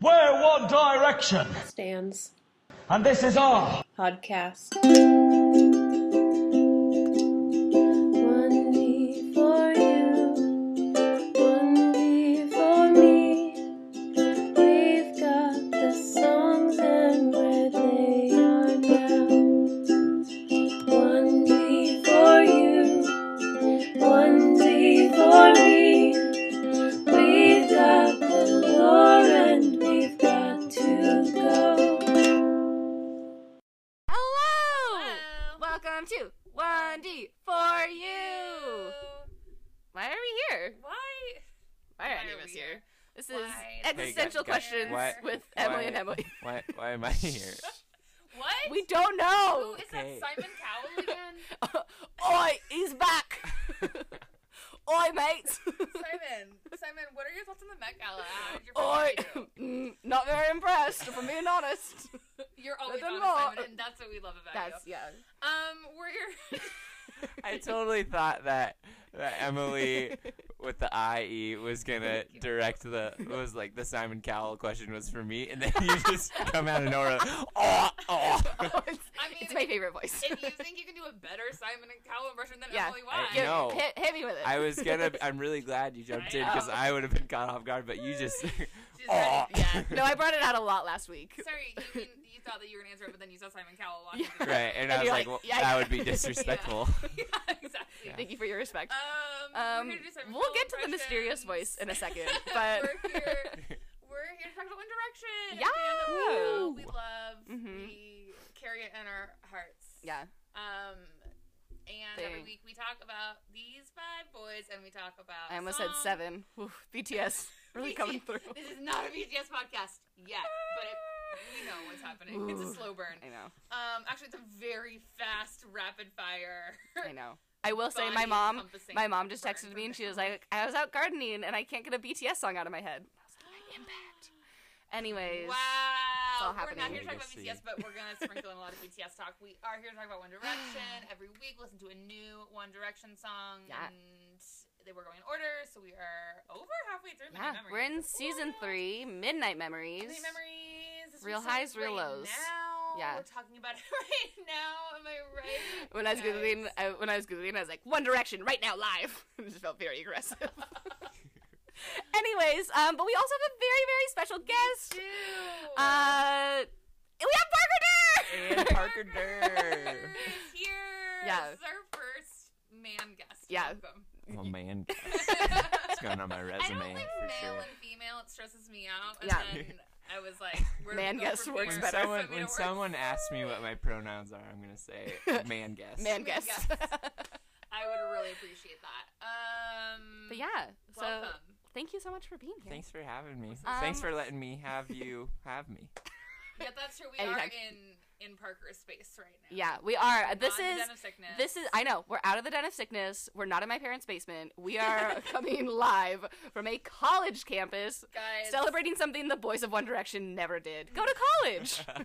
Where? What direction? Stands. And this is our Podcast. One D for you. One D for me. We've got the songs and where they are now. One D for you. One D for me. We've got the lore and we've got to go. Hello! Welcome to 1D for you! Why are we here? Why? Why are Why any are of us we here? here? This is Why? existential Hey, guys, guys, questions why- with Emily why- and Emily. Why, why am I here? What? We don't Who know! is Okay. that Simon Cowell again? Oi, he's back! Oi, mates! Simon, Simon, what are your thoughts on the Met Gala? How did your Oi, friends rate Mm, not very impressed, if I'm being honest. you? You're always Nothing on more. Simon, and that's what we love about That's, you. yeah. Um, we're here. I totally thought that that Emily with the IE was gonna direct the was like the Simon Cowell question was for me, and then you just come out of nowhere. Oh, oh. Oh, it's, I mean, it's my favorite voice. if you think you can do a better Simon and Cowell impression than Yeah. Emily, why? I- no. hit, hit me with it. I was gonna. I'm really glad you jumped in because I would have been caught off guard, but you just. She's Oh. ready. Yeah. No, I brought it out a lot last week. Sorry, you, mean, you thought that you were gonna answer it, but then you saw Simon Cowell walking. Yeah. through the- Right, and, And I was you're like, like, well, yeah, that yeah. would be Yeah. disrespectful. yeah, exactly. Thank you for your respect. Um, Um, we're here to do Simon we'll Cowell get to the mysterious impressions. voice in a second, but- we're here. We're here to talk about One Direction. a Yeah. band that we know, we love, Mhm. we carry it in our hearts. Yeah. Um, and every Thing. week we talk about these bad boys, and we talk about. I almost songs. said seven. Oof, BTS really BTS coming through. Um, This is not a BTS podcast yet, but it, we know what's happening. It's Ooh. a slow burn. I know. Um, actually, it's a very fast, rapid fire. I know. I will say my body mom encompassing my mom just burn texted for me and she them. was like I was out gardening and I can't get a BTS song out of my head. I was like, "My impact. Anyways. Wow. all We're not happening. here to talk about Legacy. BTS, but we're going to sprinkle in a lot of BTS talk. We are here to talk about One Direction. Every week, listen to a new One Direction song. Yeah. And they were going in order, so we are over halfway through. Yeah, Midnight Memories. we're in season Woo! 3, Midnight Memories. Midnight Memories. This Real was highs, started real right lows. Now. Yeah. We're talking about it right now. Am I right? When I was googling Guys. I, when I was googling I was like One Direction right now live. it just felt very aggressive. Anyways, um but we also have a very very special guest. Dude. Uh we have Parker Durr! and Parker Parker Durr. is here. Yeah. This is our first man guest. Yeah. Welcome. Oh man, I it's going on my resume don't like for male sure. and female. It stresses me out. And Yeah. then I was like, where do Man we go guest from works here? when better. someone, For me to when work- someone asks me what my pronouns are, I'm gonna say man guest. Man Man guest. I would really appreciate that. Um, but yeah, so welcome. thank you so much for being here. Thanks for having me. Um, Thanks for letting me have you have me. yeah, that's true. We Anytime. are in in Parker's space right now. Yeah, we are. Not this in the is den of sickness. this is I know, we're out of the den of sickness. We're not in my parents' basement. We are coming live from a college campus guys celebrating something the boys of One Direction never did. Go to college. And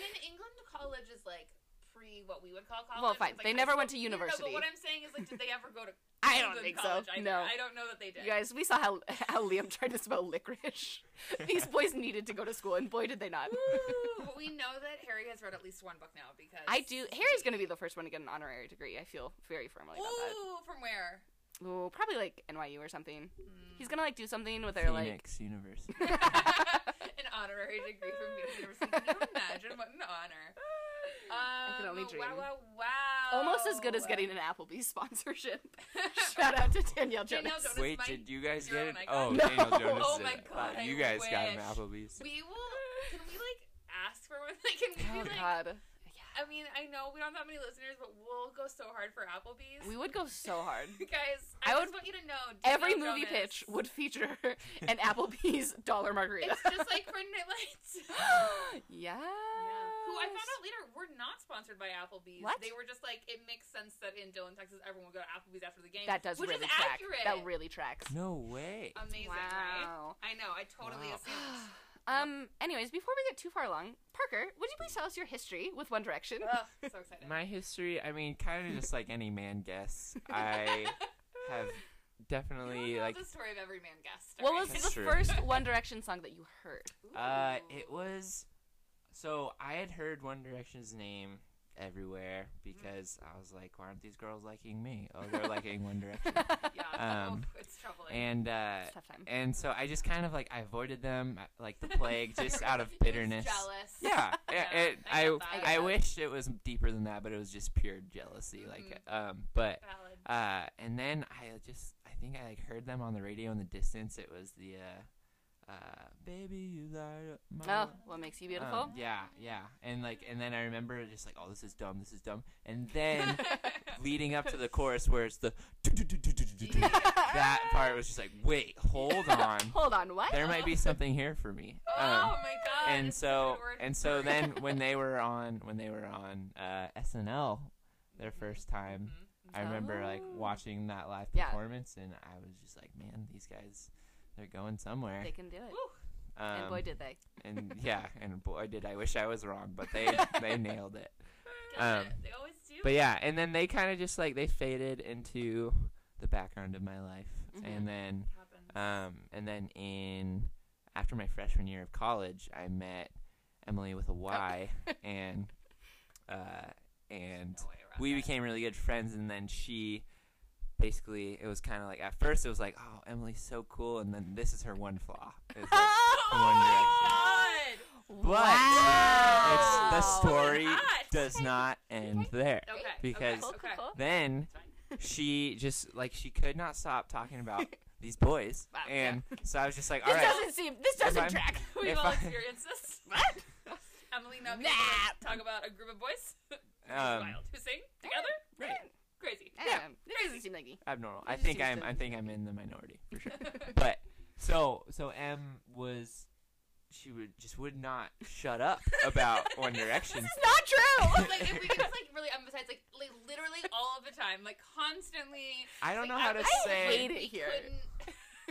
in England, college is like pre what we would call college. Well, fine. It's like They high never school. went to No, no, university. but what I'm saying is, like, did they ever go to? I don't England think so. college either? No. I don't know that they did. you guys, we saw how how Liam tried to spell licorice. These boys needed to go to school and boy did they not. Woo! but we know that Harry has read at least one book now because I do Harry's going to be the first one to get an honorary degree. I feel very firmly about that. Ooh, from where? Ooh, probably like NYU or something. He's gonna like do something with their like. Phoenix University. an honorary degree from Phoenix University. Can you imagine what an honor? Um, can only dream. Wow, wow, wow. Almost as good as getting an Applebee's sponsorship. Shout out to Danielle Jonas. Danielle Jonas. Wait, my- did you guys you're get an it? Oh, icon. No. Daniel Jonas. Oh did my it. Wow, God, I you guys got an wish. Applebee's. We will. Can we like ask for one? Like, can we Oh be like? god, I mean, I know we don't have that many listeners, but we'll go so hard for Applebee's. we would go so hard. guys, I I, would- just want you to know Every Danielle movie Jonas, pitch would feature an Applebee's dollar margarita. It's just like for Nightlights. yeah. Who I found out later were not sponsored by Applebee's. What? They were just like it makes sense that in Dillon, Texas, everyone would go to Applebee's after the game. That does which really is track. accurate. That really tracks. No way. amazing, right? wow. I know. I totally Wow. assumed. Um. Anyways, before we get too far along, Parker, would you please tell us your history with One Direction? Ugh, so excited. My history, I mean, kind of just like any man guess. I have definitely like the story of every man guest. What all was right? That's the true. first One Direction song that you heard? Uh, Ooh. it was. So I had heard One Direction's name everywhere because I was like, why aren't these girls liking me? Oh, they're liking One Direction. Yeah, um, oh, it's troubling. And uh, It's a tough time. and so I just kind of like I avoided them uh, like the plague just out of bitterness. jealous. Yeah, it, Yeah, it- I I get that. I get I that. wish it was deeper than that, but it was just pure jealousy. Like, Mm-hmm. um, but Valid. uh, and then I just I think I like heard them on the radio in the distance. It was the uh, uh, baby you light up my Oh, life." what makes you Um, beautiful? yeah, yeah, and like and then I remember just like oh this is dumb, this is dumb, and then leading up to the chorus where it's the that part was just like wait hold on Hold on, what? there might be something here for me. Um, oh my god. and it's such a so good word. and so then when they were on when they were on uh, SNL their first time, I remember like Mm-hmm. Oh. watching that live Yeah. performance and I was just like, man, these guys, they're going somewhere. They can do it. Woo. Um, and boy, did they. and yeah, and boy did I wish I was wrong, but they they nailed it. God, um, they always do. But yeah, and then they kind of just like they faded into the background of my life, Mm-hmm. and then It happens. um, and then in after my freshman year of college, I met Emily with a Y, and uh, and Oh. No way around we that. became really good friends. And then she basically it was kind of like at first it was like, oh, Emily's so cool, and then this is her one flaw. It's like, from One Direction. God. But Wow. it's, the Oh my story gosh. does not end there Okay. because Cool, cool, Okay. cool. then she just like she could not stop talking about these boys, Wow, and so I was just like, all This right. doesn't seem. This If doesn't I'm- track. We've If all I- experienced this. What? Emily now being Nah. able to talk about a group of boys who's Um, wild who sing together. Right. Crazy. Yeah. This doesn't seem like you. abnormal. I just think seems I'm. to- I think I'm in the minority for sure. but so so M was, she would just would not shut up about One Direction. Not true. like if we could just like really emphasize like like literally all of the time, like constantly. I don't like, know how to I say- hate it we here.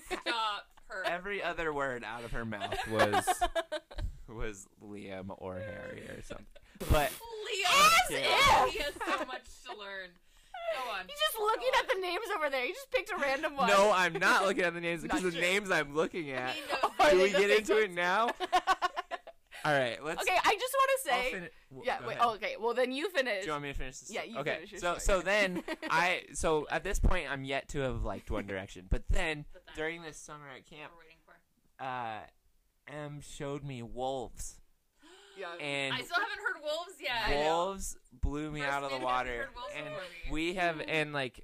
Couldn't stop her. Every other word out of her mouth was was Liam or Harry or something. But Leo. Yeah. if. He has so much to learn. Go on. You're just looking at the names over there. You just picked a random one. no, I'm not looking at the names because Not the true. names I'm looking at. He knows Are Do they we the get same into it now? All right, let's. Okay, I just want to I'll say. fini- w- yeah. go Wait. ahead. Okay. Well, then you finish. Do you want me to finish this? Yeah, you okay. finish your so story. so then I so at this point I'm yet to have liked One Direction, but then But then- during this summer at camp, We're waiting for. uh, M showed me Wolves, yeah. and I still haven't heard wolves yet. Wolves blew me First out of the man who hasn't water, heard Wolves and before me. we have and like.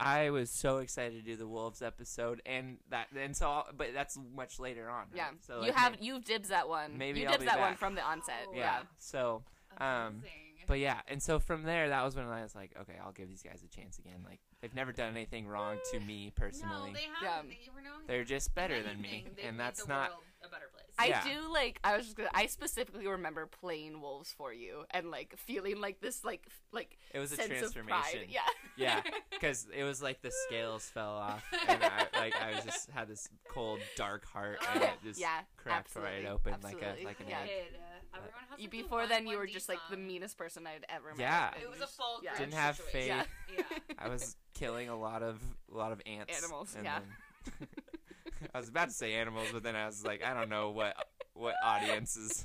I was so excited to do the Wolves episode, and that, and so, I'll- but that's much later on. Right? Yeah. So you like, have may- you dibs that one. maybe you I'll dibs be that one back. from the onset. Oh. yeah. So, um, Amazing. But yeah, and so from there, that was when I was like, okay, I'll give these guys a chance again. Like they've never done anything wrong to me personally. No, they Yeah. haven't. They were knowing they, are just better than me, anything. They've and made that's the not. world a better place. I Yeah. do like I was just gonna I specifically remember playing wolves for you and like feeling like this like f- like It was a sense Of pride. transformation. Yeah. Yeah, because it was like the scales fell off, and I like I was just had this cold, dark heart, and it just Yeah, cracked right absolutely, open like absolutely, a like an yeah. egg. Kid, uh, everyone has, You, like, the before one then you were 1D just like the song. meanest person I'd ever met. Yeah. and It was you a just- full yeah. grudge Didn't have situation. faith. Yeah. I was killing a lot of a lot of ants. Animals, and yeah. then- I was about to say animals, but then I was like, I don't know what what audiences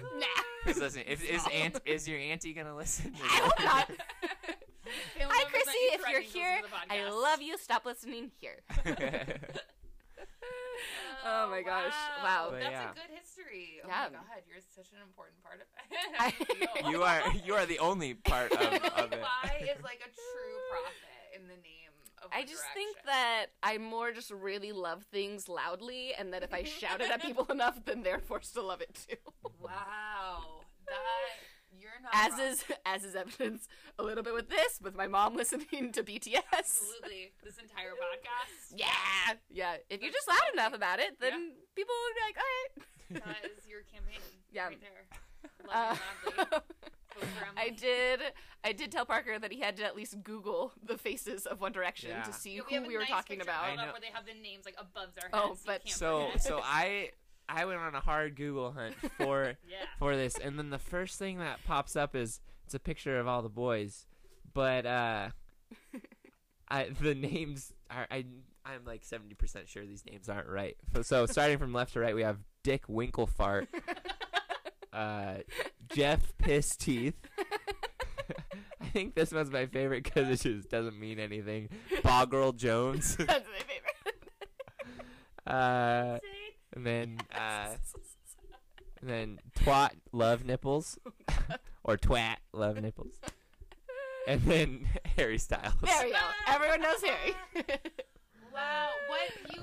Nah. is listening. If, is aunt is your auntie gonna listen? I hope not. Family Hi members that Chrissy, you if you're threatened to listen here, to the I podcast. love you. Stop listening here. Oh my gosh, wow. But That's yeah. a good history. Oh Yeah. my god, you're such an important part of I- it. you are you are the only part of, of it. Why is like a true prophet in the name of I One just think Direction? that I more just really love things loudly, and that if I shout it at people enough, then they're forced to love it too. Wow. That you're not as wrong. is as is evidence a little bit with this with my mom listening to BTS. absolutely this entire podcast. Yeah, yeah. If you're just loud enough about it, then people will be like, "All right." That is your campaign. Yeah. Right there. Love it loudly. Uh, Vote for I Emily. did. I did tell Parker that he had to at least Google the faces of One Direction Yeah. to see Yeah, who have a we were nice talking picture about. held I up know. Where they have the names like above their heads. Oh, you but- can't So forget. so I I went on a hard Google hunt for Yeah. for this, and then the first thing that pops up is it's a picture of all the boys, but uh, I the names are, I I'm like 70% sure these names aren't right. So, so starting from left to right, we have Dick Winklefart, uh, Jeff Piss Teeth. I think this one's my favorite because it just doesn't mean anything. Boggerl Jones, That's my favorite. uh, and then uh, and then twat love nipples, or twat love nipples, and then Harry Styles. There we go. Everyone knows Harry. Wow, what you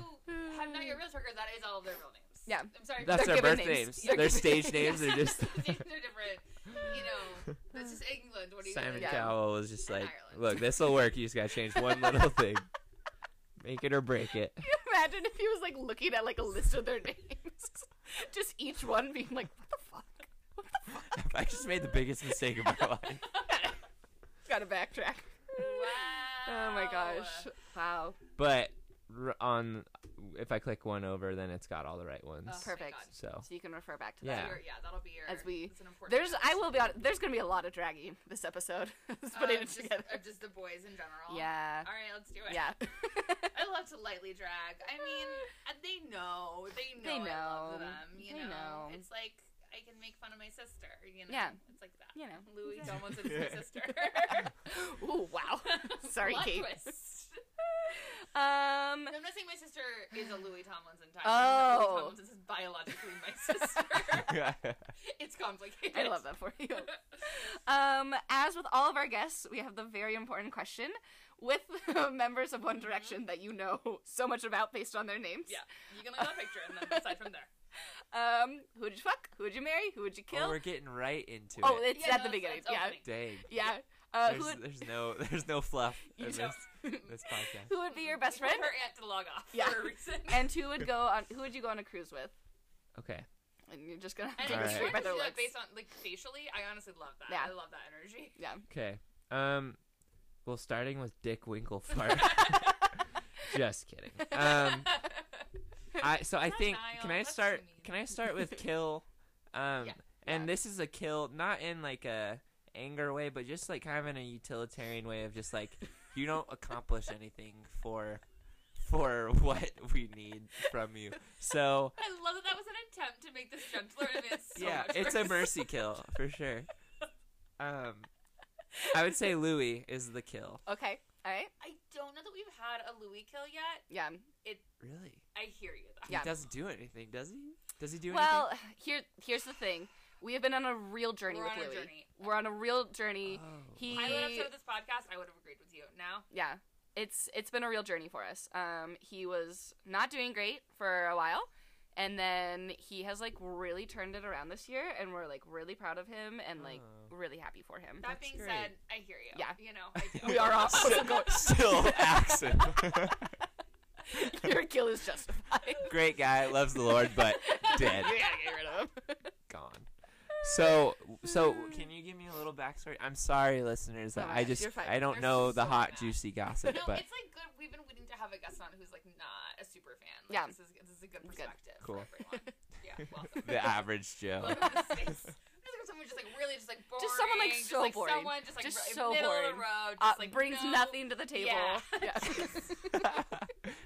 have not your real record, that is all of their real names. Yeah. I'm sorry. That's They're their given birth names. names. They're Their given stage names. names are just. they're different. You know, this is England. What do you Simon think? Yeah. Cowell was just And like, Ireland. "Look, this will work. You just gotta change one little thing, make it or break it." Imagine if he was like looking at like a list of their names, just each one being like, "What the fuck? What the fuck?" I just made the biggest mistake of my life. Got to backtrack. Wow. Oh my gosh! Wow. But r- on, if I click one over, then it's got all the right ones. Oh, Perfect. God. So So you can refer back to that. Yeah. Your- yeah, that'll be your. As we- it's an important There's, part. I will be. Honest, there's gonna be a lot of dragging this episode. Let's Uh, put it just, together. uh, just the boys in general. Yeah. All right, let's do it. Yeah. I love to lightly drag. I mean, uh, they know. They know. They I love know. them. You They know. It's like I can make fun of my sister. You know. Yeah. It's like that. You know, Louis exactly. John Wilson is my sister. Ooh, wow. Sorry, Plot Kate. twist. Um. I'm not saying my sister is a Louis Tomlinson type. Oh. Louis Tomlinson is biologically my sister. it's complicated. I love that for you. Um, as with all of our guests, we have the very important question with members of One Direction that you know so much about based on their names. Mm-hmm. yeah, you can look at a picture and then decide from there. Um, who would you fuck? Who would you marry? Who would you Oh, kill? we're getting right into oh, it. it's Yeah, at the no, it's- beginning. it's yeah, opening. Dang. yeah. Uh, there's, who would there's no there's no fluff You in know. this, this podcast. who would be your best We want friend? Her aunt to log off Yeah. for a reason. And who would go on? Who would you go on a cruise with? Okay. And you're just gonna have And to All go right. it's straight hard by to their do looks. that based on like facially. I honestly love that. Yeah. I love that energy. yeah. Okay. Um. Well, starting with Dick Winklefart. Just kidding. Um. I so I Not think Niall, can I that's start too mean. can I start with kill, um, Yeah. and this is a kill not in like a anger way, but just like kind of in a utilitarian way of just like you don't accomplish anything for for what we need from you. So I love that that was an attempt to make this gentler and it's so yeah, much it's a worse. mercy kill for sure. Um, I would say Louis is the kill. Okay. All right. I don't know that we've had a Louis kill yet. Yeah. Really, I hear you though. he Yeah. doesn't do anything, does he? Does he do Well, here here's the thing. We have been on a real journey We're with on a Louis. journey. We're on a real journey. anything? Oh. He I would have started this podcast. I would have agreed with you. Now yeah it's it's been a real journey for us um he was not doing great for a while and then he has like really turned it around this year and we're like really proud of him and like Oh. really happy for him that That's being great. said, I hear you. Yeah. you know, I do. We are all- still, still accent. your kill is justified Great guy, loves the Lord, but dead, we gotta get rid of him gone. So, so can you give me a little backstory? I'm sorry, listeners. Oh that my I gosh, just you're fine. I don't They're know the so hot bad. juicy gossip, No, but it's like good. We've been waiting to have a guest on who's like not a super fan. Like, Yeah. this is this is a good Good. perspective. Cool. For everyone. Yeah, welcome. the average Joe. Welcome to the space. This is someone just like really just like boring. Just someone, like, so just, boring. Someone just like Just right- so middle of boring. the road. uh, Just, like, brings no- nothing to the table Yeah.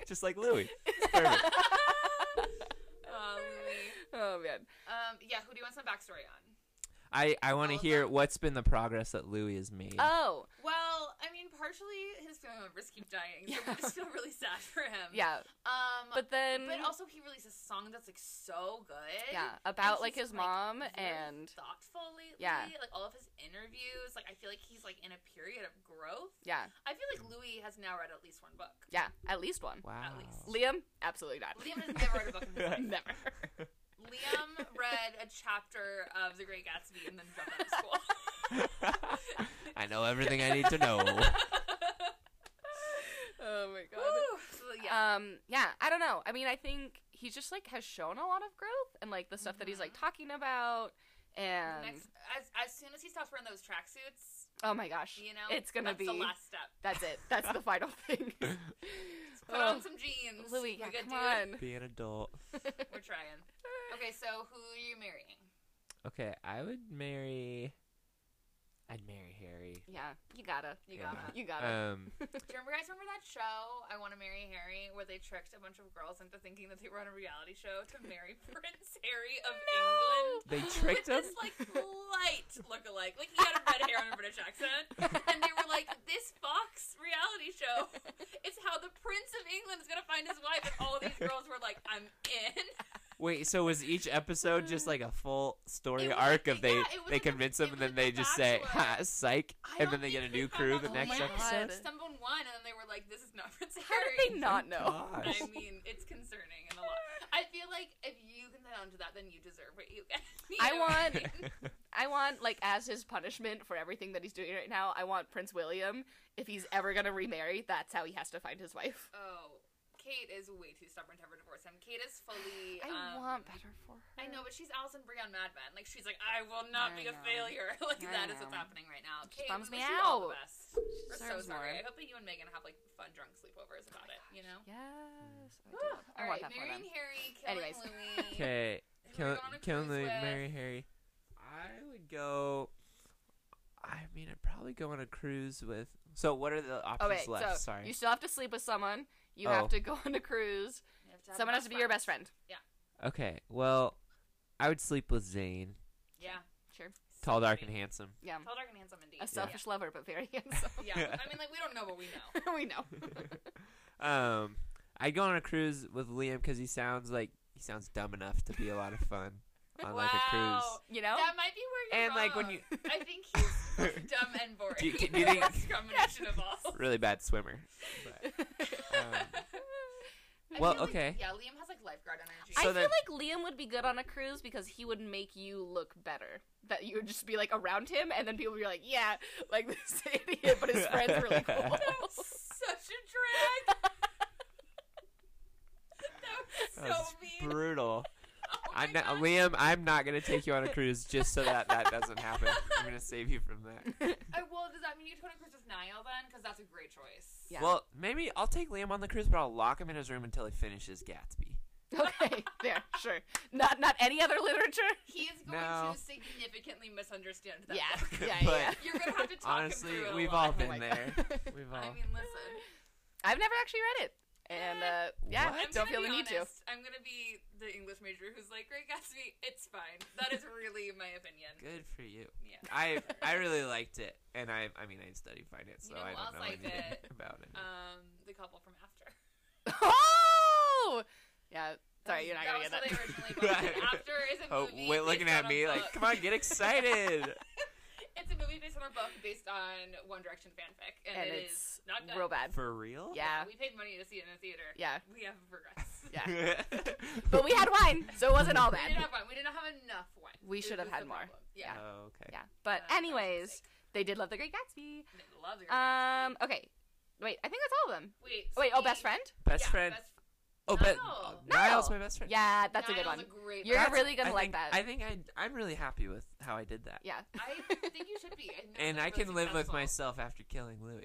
just like Louis. It's perfect. Um, we- oh man um, yeah. Who do you want some backstory on? I I want All to of hear them. what's been the progress that Louis has made. oh Well, I mean, partially his family members keep dying, so Yeah. I just feel really sad for him. yeah Um, but then but also he released a song that's like so good. yeah And about like his he's, mom very and thoughtful lately. Yeah. like all of his interviews. Like I feel like he's like in a period of growth. yeah I feel like Louis has now read at least one book. yeah at least one wow. at least. liam absolutely not Liam has never read a book in his life. never Liam read a chapter of The Great Gatsby and then dropped out of school. I know everything I need to know. oh my god Woo! So, yeah. um yeah i don't know i mean i think he just like has shown a lot of growth and like the stuff that he's like talking about and Mm-hmm. Next, as, as soon as he stops wearing those tracksuits, oh my gosh you know, it's gonna that's be the last step. that's it that's the final thing Put Oh, on some jeans, louis We yeah, good, come dude. on Be an adult. We're trying. Okay, so who are you marrying? Okay, I would marry. I'd marry Harry. Yeah, you gotta, you Yeah. gotta, you gotta. Um, Do you remember, guys remember that show, I Want to Marry Harry, where they tricked a bunch of girls into thinking that they were on a reality show to marry Prince Harry of England? they tricked him. With this like light look-alike, like he had a red hair and a British accent, and they were like, "This Fox reality show, it's how the Prince of England is gonna find his wife," and all these girls were like, "I'm in." Wait, so was each episode just like a full It story was arc like- of they yeah, it was they like a- convince them it and then was like they The just say, Bachelor. "Ha, psych," I and don't then they get a think new they crew found the out next the why. episode. They Stumbled one, and then they were like, "This is not Prince How Harry." did they not know? Gosh. I mean, it's concerning and a lot. I feel like if you can get onto that, then you deserve what you get. You I know what want- mean? I want, like, as his punishment for everything that he's doing right now, I want Prince William, if he's ever gonna remarry, that's how he has to find his wife. Oh, Kate is way too stubborn to ever divorce him. Kate is fully. I um, want better for her. I know, but she's Allison Brie on Mad Men. Like she's like, I will I not be a know. failure. like I that is know. what's happening right now. Kate, bums we me wish you out. all the best. We're so deserves more. sorry. Oh I hope that you and Megan have like fun drunk sleepovers about it. You know. Yes. I, do. I All want right, that for them. marrying Harry, killing Anyways. Louis. Okay, Who are kill, you on a kill cruise the with? Mary Harry. I would go. I mean, I'd probably go on a cruise with. So, what are the Oh, options wait, left? so Sorry. you still have to sleep with someone, you Oh. have to go on a cruise, You have to have someone has to be your best friends. friend. Okay, well, I would sleep with Zane, Yeah. Sure. tall, So dark, and pretty. handsome. Yeah. Tall, dark, and handsome indeed. A selfish lover, but very handsome. Yeah. yeah. I mean, like we don't know, but we know. we know. um, I'd go on a cruise with Liam because he sounds like he sounds dumb enough to be a lot of fun on like a cruise. Wow. You know? That might be where you're And like when wrong. you I think he's dumb and boring. Do you- do you think- It's a combination of all. really bad swimmer. Um, I well, feel like- okay. yeah, Liam has like lifeguard energy. I feel So then- like Liam would be good on a cruise because he would make you look better. That you would just be like around him, and then people would be like, "Yeah, like this idiot, but his friend's really cool." such a drag. that was That's so mean. brutal. Oh I'm my not, God. Liam. I'm not gonna take you on a cruise just so that that doesn't happen. I'm gonna save you from that. I, well, does that mean you'd go on a cruise with Niall then? Because that's a great choice. Yeah. Well, maybe I'll take Liam on the cruise, but I'll lock him in his room until he finishes Gatsby. okay, there, sure. Not not any other literature. He is going No. to significantly misunderstand that. Yeah, book. yeah, But- yeah. You're gonna have to talk Honestly, him through it a we've lot. all my been God. there. We've all. I mean, listen. I've never actually read it, and uh, yeah, What? I'm don't gonna feel be the need to. honest, I'm gonna be the English major who's like, Great Gatsby, it's fine. That is really my opinion. Good for you. Yeah. I I really liked it, and I I mean I studied finance, so You know I who don't else know liked anything it? about it. Um, the couple from After. Oh, yeah. Sorry, you're not that gonna was get that. how they originally bought it. Right. After is a oh, movie. wait, looking based at on a me like, book. come on, get excited. It's a movie based on a book based on One Direction fanfic, and, and it it's is not good. real bad. for real? Yeah, We paid money to see it in a theater. yeah, We have regrets. yeah. But we had wine, so it wasn't all we didn't bad. have one. We did not have enough wine. We This should have is had the more. problem. Yeah. Oh, okay. Yeah, but Uh, that was a anyways, mistake. they did love The Great Gatsby. They love the Um. Okay. Wait. I think that's all of them. Wait. Wait. Oh, best speak- friend. Best yeah, friend. best- oh, but Niall. Niall's Niall. my best friend. Yeah, that's a good Niall's one. great You're best- really gonna I like think- that. I think I I'm really happy with how I did that. yeah. I think you should be. think And that's I really can live with successful. myself after killing Louis.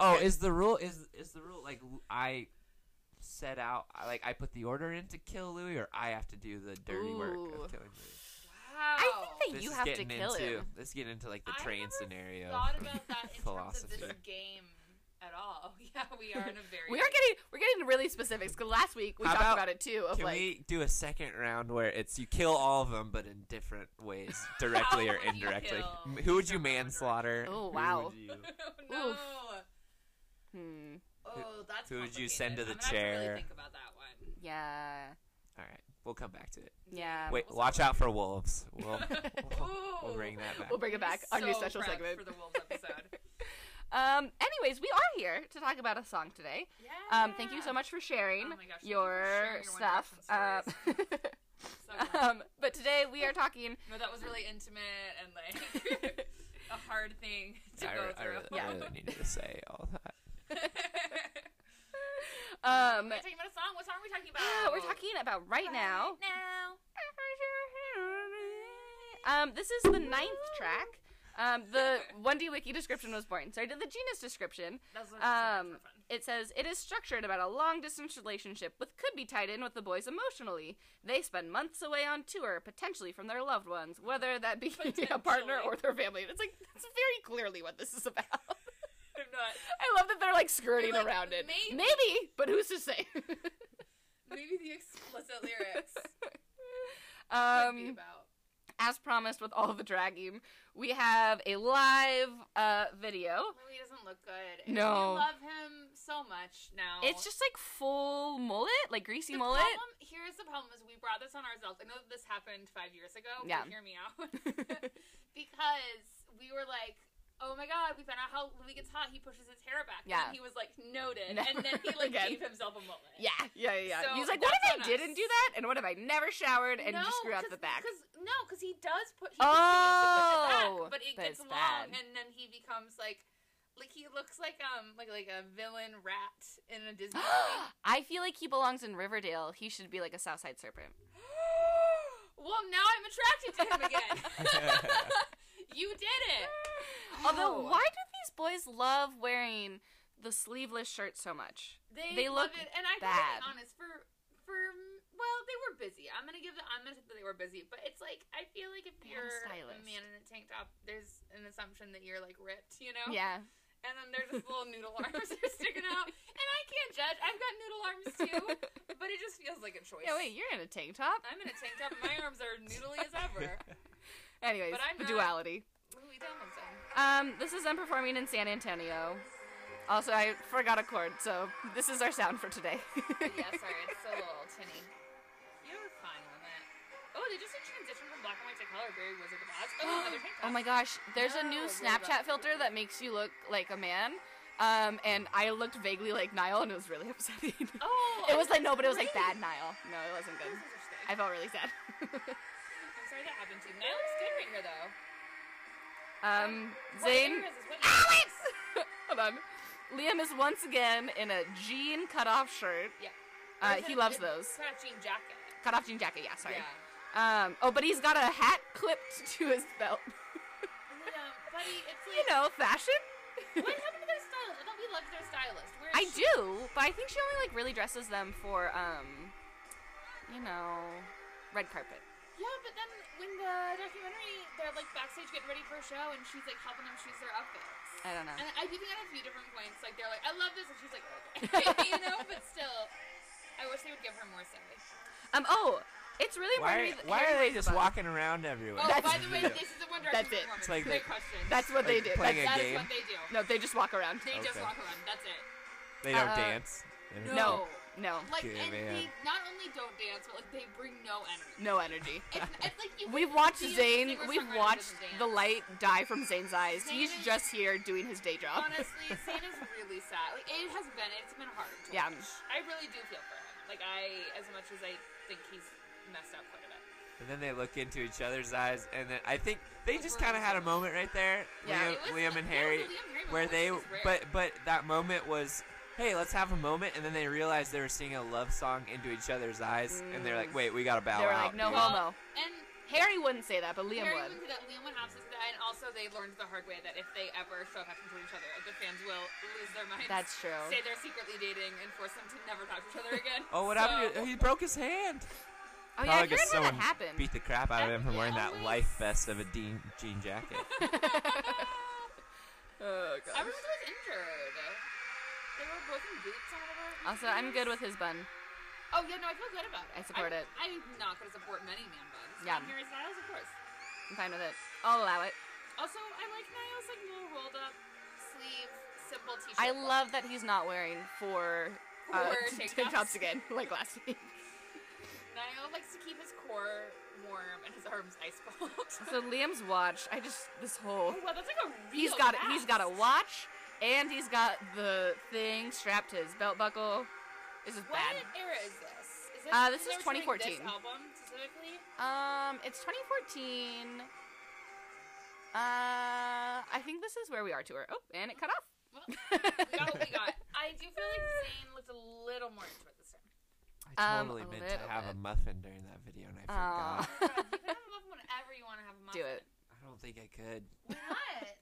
oh, is the rule is is the rule like l- I set out I- like I put the order in to kill Louis or I have to do the dirty work Ooh. of killing Louis? Wow. I think that This you is have to getting kill into, him. Let's get into like the I train never scenario. thought about that in philosophy. terms of this game at all. Yeah, we are in a very. We are getting we're getting really specifics because last week we How talked about, about- it too of Can like we do a second round where it's you kill all of them but in different ways, directly or How would you indirectly? kill M- Who would you someone with manslaughter? Oh, Who would wow. you- no. Oof. hmm, Oh, that's. who would you send to complicated. the I'm gonna have to chair? Really think about that one. yeah All right, we'll come back to it. yeah Wait, we'll watch talk out for wolves. We'll, we'll, we'll Ooh. bring that back. we'll bring it back our new So special prepped segment. for the wolves episode. Um. Anyways, we are here to talk about a song today. yeah. Um. Thank you so much for sharing Oh my gosh, thank you for your sharing your One stuff. Direction So Um, good. um. But today we are talking. no, that was really intimate and like a hard thing to I, go re- I through. really, I really needed to say all that. Um. we're talking about a song. What song are we talking about? yeah, we're talking about right now. Now. Um, this is the ninth track. Um, the 1D wiki description was boring. Sorry, the genus description. That's what Um, fun. It says it is structured about a long distance relationship, which could be tied in with the boys emotionally. They spend months away on tour, potentially from their loved ones, whether that be a partner Potentially. or their family. It's like that's very clearly what this is about. I'm not. I love that they're like skirting They're like, around it. maybe. Maybe, but who's to say? Maybe the explicit lyrics could be um, about. as promised with all the dragging, we have a live uh, video. Louis doesn't look good. No. We love him so much now. It's just like full mullet, like greasy the mullet. problem. Here's the problem: is we brought this on ourselves. I know that this happened five years ago. but Yeah. hear me out. because we were like, "Oh my God, we found out how Louis gets hot. He pushes his hair back." Yeah. And he was like, "Noted," Never and then he like again. gave himself a mullet. Yeah, yeah, yeah. yeah. So He's like, what if I that's on didn't us. do that? And what if I never showered and just screwed out the back? Cause, no, because he does put. He Oh, oh, but it but gets it's long, bad. and then he becomes like, like he looks like um, like like a villain rat in a Disney. movie. I feel like he belongs in Riverdale. He should be like a Southside Serpent. well, now I'm attracted to him again. you did it. Although, Oh. why do these boys love wearing the sleeveless shirt so much? They, They love look it, and I bad. gotta be honest for for well, they were busy. I'm gonna give them. I'm gonna say that they were busy, but it's like I feel like if They had a you're a, stylist. man in a tank top, there's an assumption that you're like ripped, you know? Yeah. And then there's just little noodle arms that are sticking out, and I can't judge. I've got noodle arms too, but it just feels like a choice. Yeah, wait, you're in a tank top. I'm in a tank top. and My arms are noodly as ever. Anyways, But I'm the not- duality. Louis Tomlinson. Um, this is them performing in San Antonio. Also, I forgot a chord, so this is our sound for today. Yeah, sorry, it's so little tinny. You were fine with that. Oh, they just like, transitioned from black and white to color. Very Wizard of Oz. Oh, another tank top. Oh my gosh, there's a No, new what Snapchat about- filter that makes you look like a man. Um, and I looked vaguely like Niall, and it was really upsetting. Oh, it was like no, but it was like bad great. Niall. No, it wasn't good. I I'm felt really sad. sorry that happened to you. Niall looks good right here, though. um, What Zane, Aaron has is what you- hold on. Liam is once again in a jean cutoff shirt. Yeah. Uh, Or is he it- loves it's those. not a jean jacket. Cutoff jean jacket. Yeah, sorry. Yeah. Um, oh, but he's got a hat clipped to his belt. And then, um, buddy, it's like, you know, fashion. what happened to their stylist? I thought we loved their stylist. Where is I she? do, but I think she only like really dresses them for um, you know, red carpet. Yeah, but then when the documentary, they're like backstage getting ready for a show, and she's like helping them choose their outfits. I don't know. And I do think at a few different points, like they're like, "I love this," and she's like, "Okay," you know. But still, I wish they would give her more say. Um. Oh, it's really Why, important. why are they just walking? walking around everywhere? Oh, That's- by the way, this is a One Direction That's it. performance. It's like Great the- question. That's what Like they do. That's- playing That is game. what they do. no, they just walk around. They just Okay. walk around. That's it. they uh, don't dance. They don't- No, no, Like, Okay, and man. they not only don't dance, but like they bring no energy. no energy. It's, it's like you We've can watched see a Zane. singer-songwriter We've doesn't watched dance. the light die from Zane's eyes. Zane He's is- just here doing his day job. Honestly, Zane is really sad. Like it has been. It's been hard. To Yeah. watch. I really do feel for him. Like I, as much as I think he's messed up quite a bit. And then they look into each other's eyes, and then I think they just we're kind of had a together. moment right there, Yeah. Liam, It was- Liam and yeah, it Harry, was a Liam and Harry where moment, they. which is But rare. but that moment was, hey, let's have a moment, and then they realized they were singing a love song into each other's eyes, and they're like, wait, we gotta They bow were like, out. no dude." Well, homo. And Harry wouldn't say that, but Liam Harry would. went to that. Liam went opposite to that, and also they learned the hard way that if they ever show affection to each other, the fans will lose their minds. That's true. Say they're secretly dating and force them to never talk to each other again. Oh, what happened? To, he broke his hand. Oh yeah, I Probably 'cause forgot how that someone happened. Beat the crap out of him for Yeah, wearing that always. life vest of a dean, jean jacket. oh, God. Everyone was injured. They were both in boots or whatever. Also, I'm good with his bun. Oh yeah, no, I feel good about it. I support I'm- it. I'm not gonna support many man buns. Yeah. And Harry Styles, of course. I'm fine with it. I'll allow it. Also, I like Niall's like little rolled up sleeve, simple t-shirt. I look. love that he's not wearing four uh, Four t- tank tank tops. tops again, like last week. Niall likes to keep his core warm and his arms ice cold. So Liam's watch. I just this whole Oh, wow, that's like a real he's got vest. he's got a watch and he's got the thing strapped to his belt buckle. This is What bad. era is this? Is this, Uh, this they is were shooting 2014. This album specifically. Um, it's 2014. Uh, I think this is where we are to her. Oh, and it cut off. Well, we got what we got. I do feel like Zayn looked a little more into it this time. I Um, totally a meant little to have bit. a muffin during that video, and I Aw. forgot. God, you Uh, can have a muffin whenever you want to have a Do muffin. it. I don't think I could. Why not?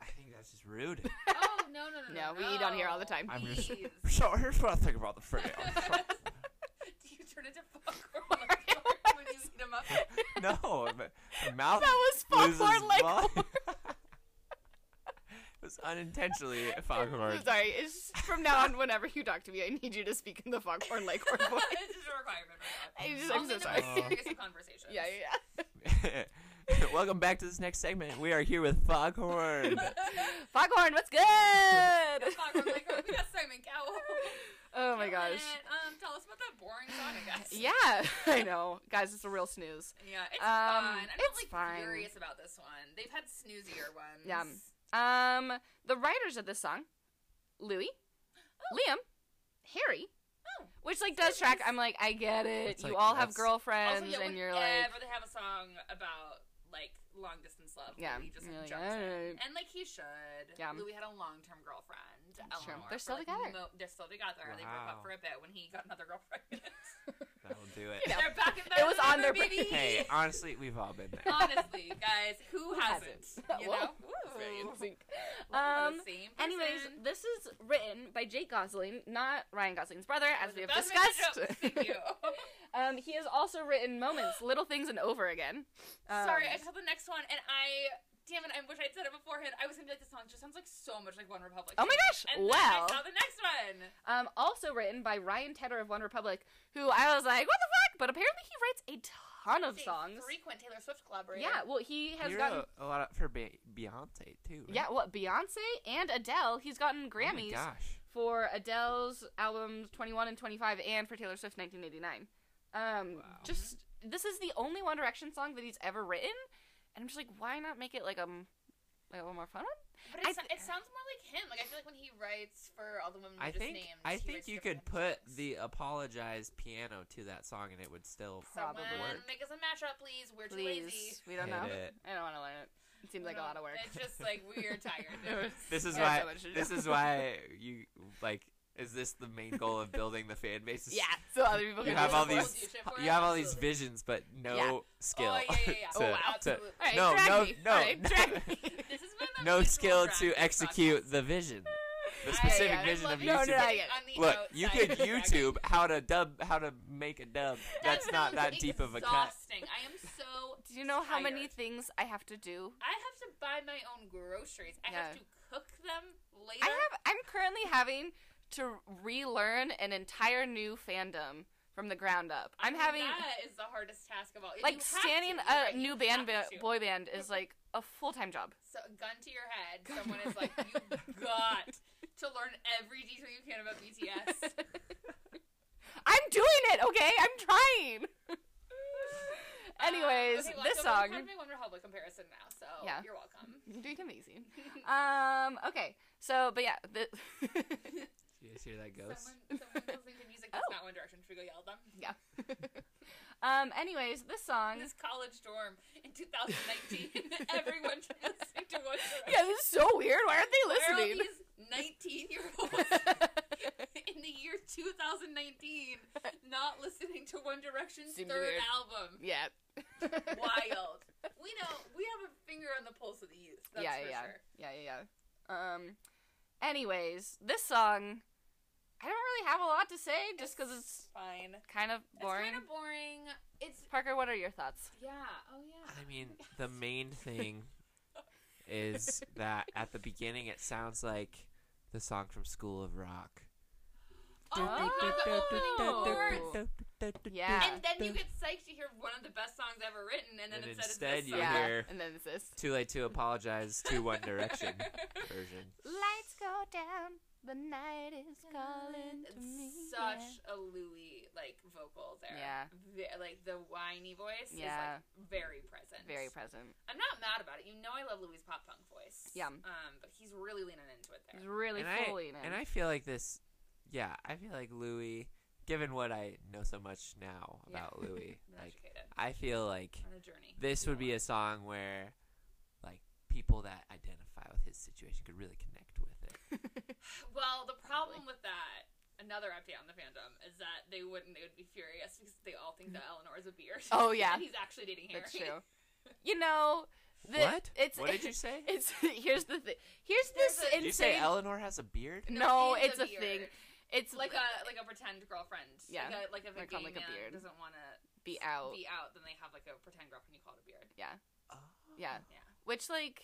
I think that's just rude. Oh no, No, no, no, No, we eat on here all the time. I'm just Please. so here's what I think about the frail. Do you turn into foghorn leghorn when you eat 'em up? no, my, my mouth That was loses foghorn leghorn. blood. it was unintentionally a foghorn. Sorry, it's from now on. Whenever you talk to me, I need you to speak in the foghorn leghorn voice. this is a requirement. Right I just, now. I'm Only so the sorry. most serious of conversations. Yeah, yeah, yeah. Welcome back to this next segment. We are here with Foghorn. Foghorn, what's good? Foghorn leghorn. We got Simon Cowell. Oh my gosh. And, um, tell us about that boring song, I guess. Yeah, I know, guys. It's a real snooze. Yeah, it's Um, fine. I'm it's like fine. furious about this one. They've had snoozier ones. Yeah. Um, the writers of this song, Louis, Liam, Harry, Oh. which like does track. I'm like, I get it. It's you like, all have that's- girlfriends, Also, yeah, and you're like, whenever they have a song about like long distance love, Yeah, Louis just you're like, jumps in. alright. and like he should. Yeah. Louis had a long term girlfriend. true. Eleanor, They're still for, like, together. mo- they're still together. They broke Wow. up for a bit when he got another girlfriend. That'll do it. know. They're back in It was on their brain. baby. Hey, honestly, we've all been there. Honestly, guys, who hasn't? You Whoa. know, That's very in sync. Ooh, we're the Um, same Anyways, person. this is written by Jake Gosling, not Ryan Gosling's brother, I as was we have about to make discussed. the joke. Thank you. um, he has also written Moments, Little Things, and Over Again. Um, Sorry, I saw the next one, and I damn it, I wish I'd said it beforehand. I was gonna be like, this song just sounds like so much like One Republic. Oh my gosh! And wow. then I saw the next one. Um, also written by Ryan Tedder of One Republic, who I was like, what the fuck? But apparently he writes a ton of It's a songs. Frequent Taylor Swift collaborator. Yeah, well, he has You're gotten a, a lot up for Be- Beyonce too. right? yeah, what Beyonce and Adele. He's gotten Oh my Grammys gosh. for Adele's albums 21 and 25 and for Taylor Swift 1989. Um Wow. just this is the only One Direction song that he's ever written and I'm just like why not make it like um like a more fun one? but I it, th- so- it sounds more like him. Like I feel like when he writes for all the women we I just think named, I he think writes you could different put songs. the apologized piano to that song and it would still Someone probably work. make us a mashup, please. We're too lazy. Please. We don't hit know. it. I don't want to learn it. It seems like a No, lot of work. It's just like we're tired. It's- This is Yeah, why so much to do. this is why you like is this the main goal of building the fan base? Is yeah, so other people You can have do all it for us. these you have all these visions but no Yeah. skill. Oh, yeah, yeah, yeah. to- Oh, to- wow, absolutely. All right, no, drag no, me. no, All right, no. drag me. This has been the no visual skill drag to this execute podcast. the vision. The I- specific yeah, I vision of love YouTube. you No, no, sitting I get it. on the Look, you outside could of the bracket. YouTube how to dub how to make a dub. That's That not sounds that deep of a cut. exhausting. I am so. Do you know how many tired. things I have to do? I have to buy my own groceries. I have Yeah. to cook them later. I have I'm currently having to relearn an entire new fandom from the ground up. I'm having that is the hardest task of all. Oh You like have standing to, a right? You new band have ba- to. boy band is like a full-time job. So gun to your head. Someone is like, you've got to learn every detail you can about BTS. I'm doing it, okay? I'm trying. Anyways, Uh, Um, okay, well, this so I'm song gonna make One Republic comparison now. So Yeah. you're welcome. you're doing amazing. Um, okay. So, but yeah, the Do you guys hear that Someone, ghost? someone listening to music that's Oh. not One Direction should we go yell at them. yeah. um, anyways, this song In this college dorm in 2019, everyone should listen to One Direction. Yeah, this is so weird. Why aren't they Where are listening? these 19 year olds in the year 2019 not listening to One Direction's Seems weird. third album? yeah. Wild. We know we have a finger on the pulse of the youth. That's yeah, for yeah, sure. yeah, yeah, yeah. Um. Anyways, this song, I don't really have a lot to say, just because it's Fine. kind of boring. It's kind of boring. It's Parker, what are your thoughts? yeah. Oh yeah. I mean, the main thing is that at the beginning it sounds like the song from School of Rock. Oh my god, the opening Oh. chords. Yeah. And then you get psyched to hear one of the best songs ever written, and then And instead, instead it's this you song. yeah, hear- and then it's this. Too late to apologize to One Direction version. Lights go down, the night is calling to me. It's such a Louis like vocal there. Yeah. Ve- like the whiny voice Yeah. is like very present. Very present. I'm not mad about it. You know I love Louis pop punk voice. Yeah. Um, but he's really leaning into it It's there. really and I, fully in. and I feel like this, yeah, I feel like Louis, given what I know so much now Yeah. about Louis, I'm like educated I feel like on a journey. this would be a song where like people that identify with his situation could really connect with it. Well, the problem with that, another update on the fandom, is that they wouldn't. They would be furious because they all think that Eleanor is a beer. Mm-hmm. Oh, yeah. and he's actually dating Harry. That's true. you know, The- What? It's, What did you say? It's here's the thing. Here's There's this a- Did insane. you say Eleanor has a beard? no, No, he is it's a a thing. beard. It's like a like a pretend girlfriend. Yeah. like a, like if They're a called, like, gay a man beard. doesn't want to be out. be out, then they have like a pretend girlfriend. You call it a beard. Oh. Yeah, Yeah. which like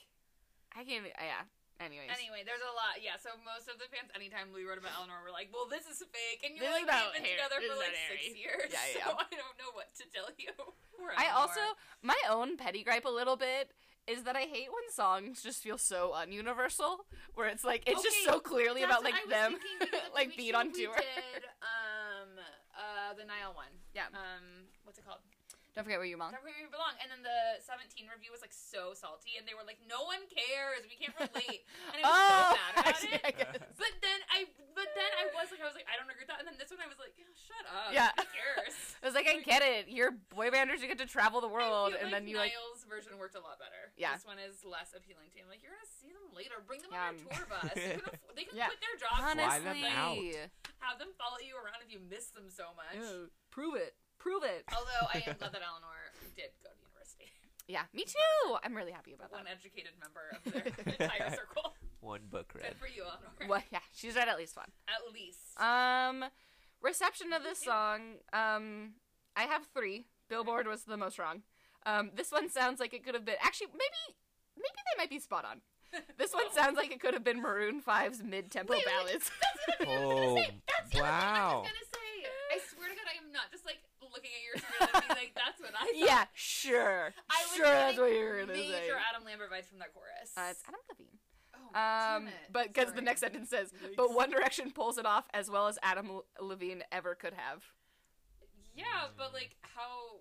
I can't. even- Yeah. Anyways, Anyway, there's a lot. Yeah, so most of the fans, anytime we wrote about Eleanor, were like, "Well, this is fake," and you're This is like, about "We've been Harry. together This for is like about six Harry." years, Yeah, yeah, so yeah. I don't know what to tell you." We're I Eleanor. also my own petty gripe a little bit is that I hate when songs just feel so ununiversal, where it's like it's just Okay, so clearly about That's what like I was them, thinking because of like Jimmy being on Choo, we tour. Did, um, uh, the Nile one. Yeah. Um, what's it called? Don't forget where your mom. Don't Forget Where You Belong. And then the 17 review was like so salty, and they were like, "No one cares. We can't relate." And I was Oh, so mad about actually, it. I guess. But then I, but then I was like, I was like, I don't agree with that. And then this one, I was like, yeah, shut up. Yeah. Who cares? I was like, I get it. You're boy banders. You get to travel the I world, feel and like then you like. Niall's version worked a lot better. Yeah. This one is less appealing to me. I'm like, you're gonna see them later. Bring them Yeah. on a tour bus. You can afford, they can Yeah. quit their jobs. Fly them Honestly, out. Have them follow you around if you miss them so much. Ew, prove it. Prove it. Although I am glad that Eleanor did go to university. Yeah, me too. I'm really happy about One that. educated member of their entire circle. One book read. Good for you, Eleanor. Well, yeah, she's read at least one. At least. Um, reception of this Yeah. song. Um, I have three. Billboard was the most wrong. Um, this one sounds like it could have been actually maybe maybe they might be spot on. This one Whoa. sounds like it could have been Maroon 5's mid-tempo Wait, wait, ballads. Oh, That's the wow. other thing I was gonna say. I swear to God, I am not just like looking at your screen and being like, "That's what I." Thought. yeah, sure, I was sure that's getting what you're gonna major say. Adam Lambert vibes from that chorus. Uh, it's Adam Levine. oh, Um, damn it. but because the Sorry. next sentence says, "But One Direction pulls it off as well as Adam L- Levine ever could have." Yeah, but like, how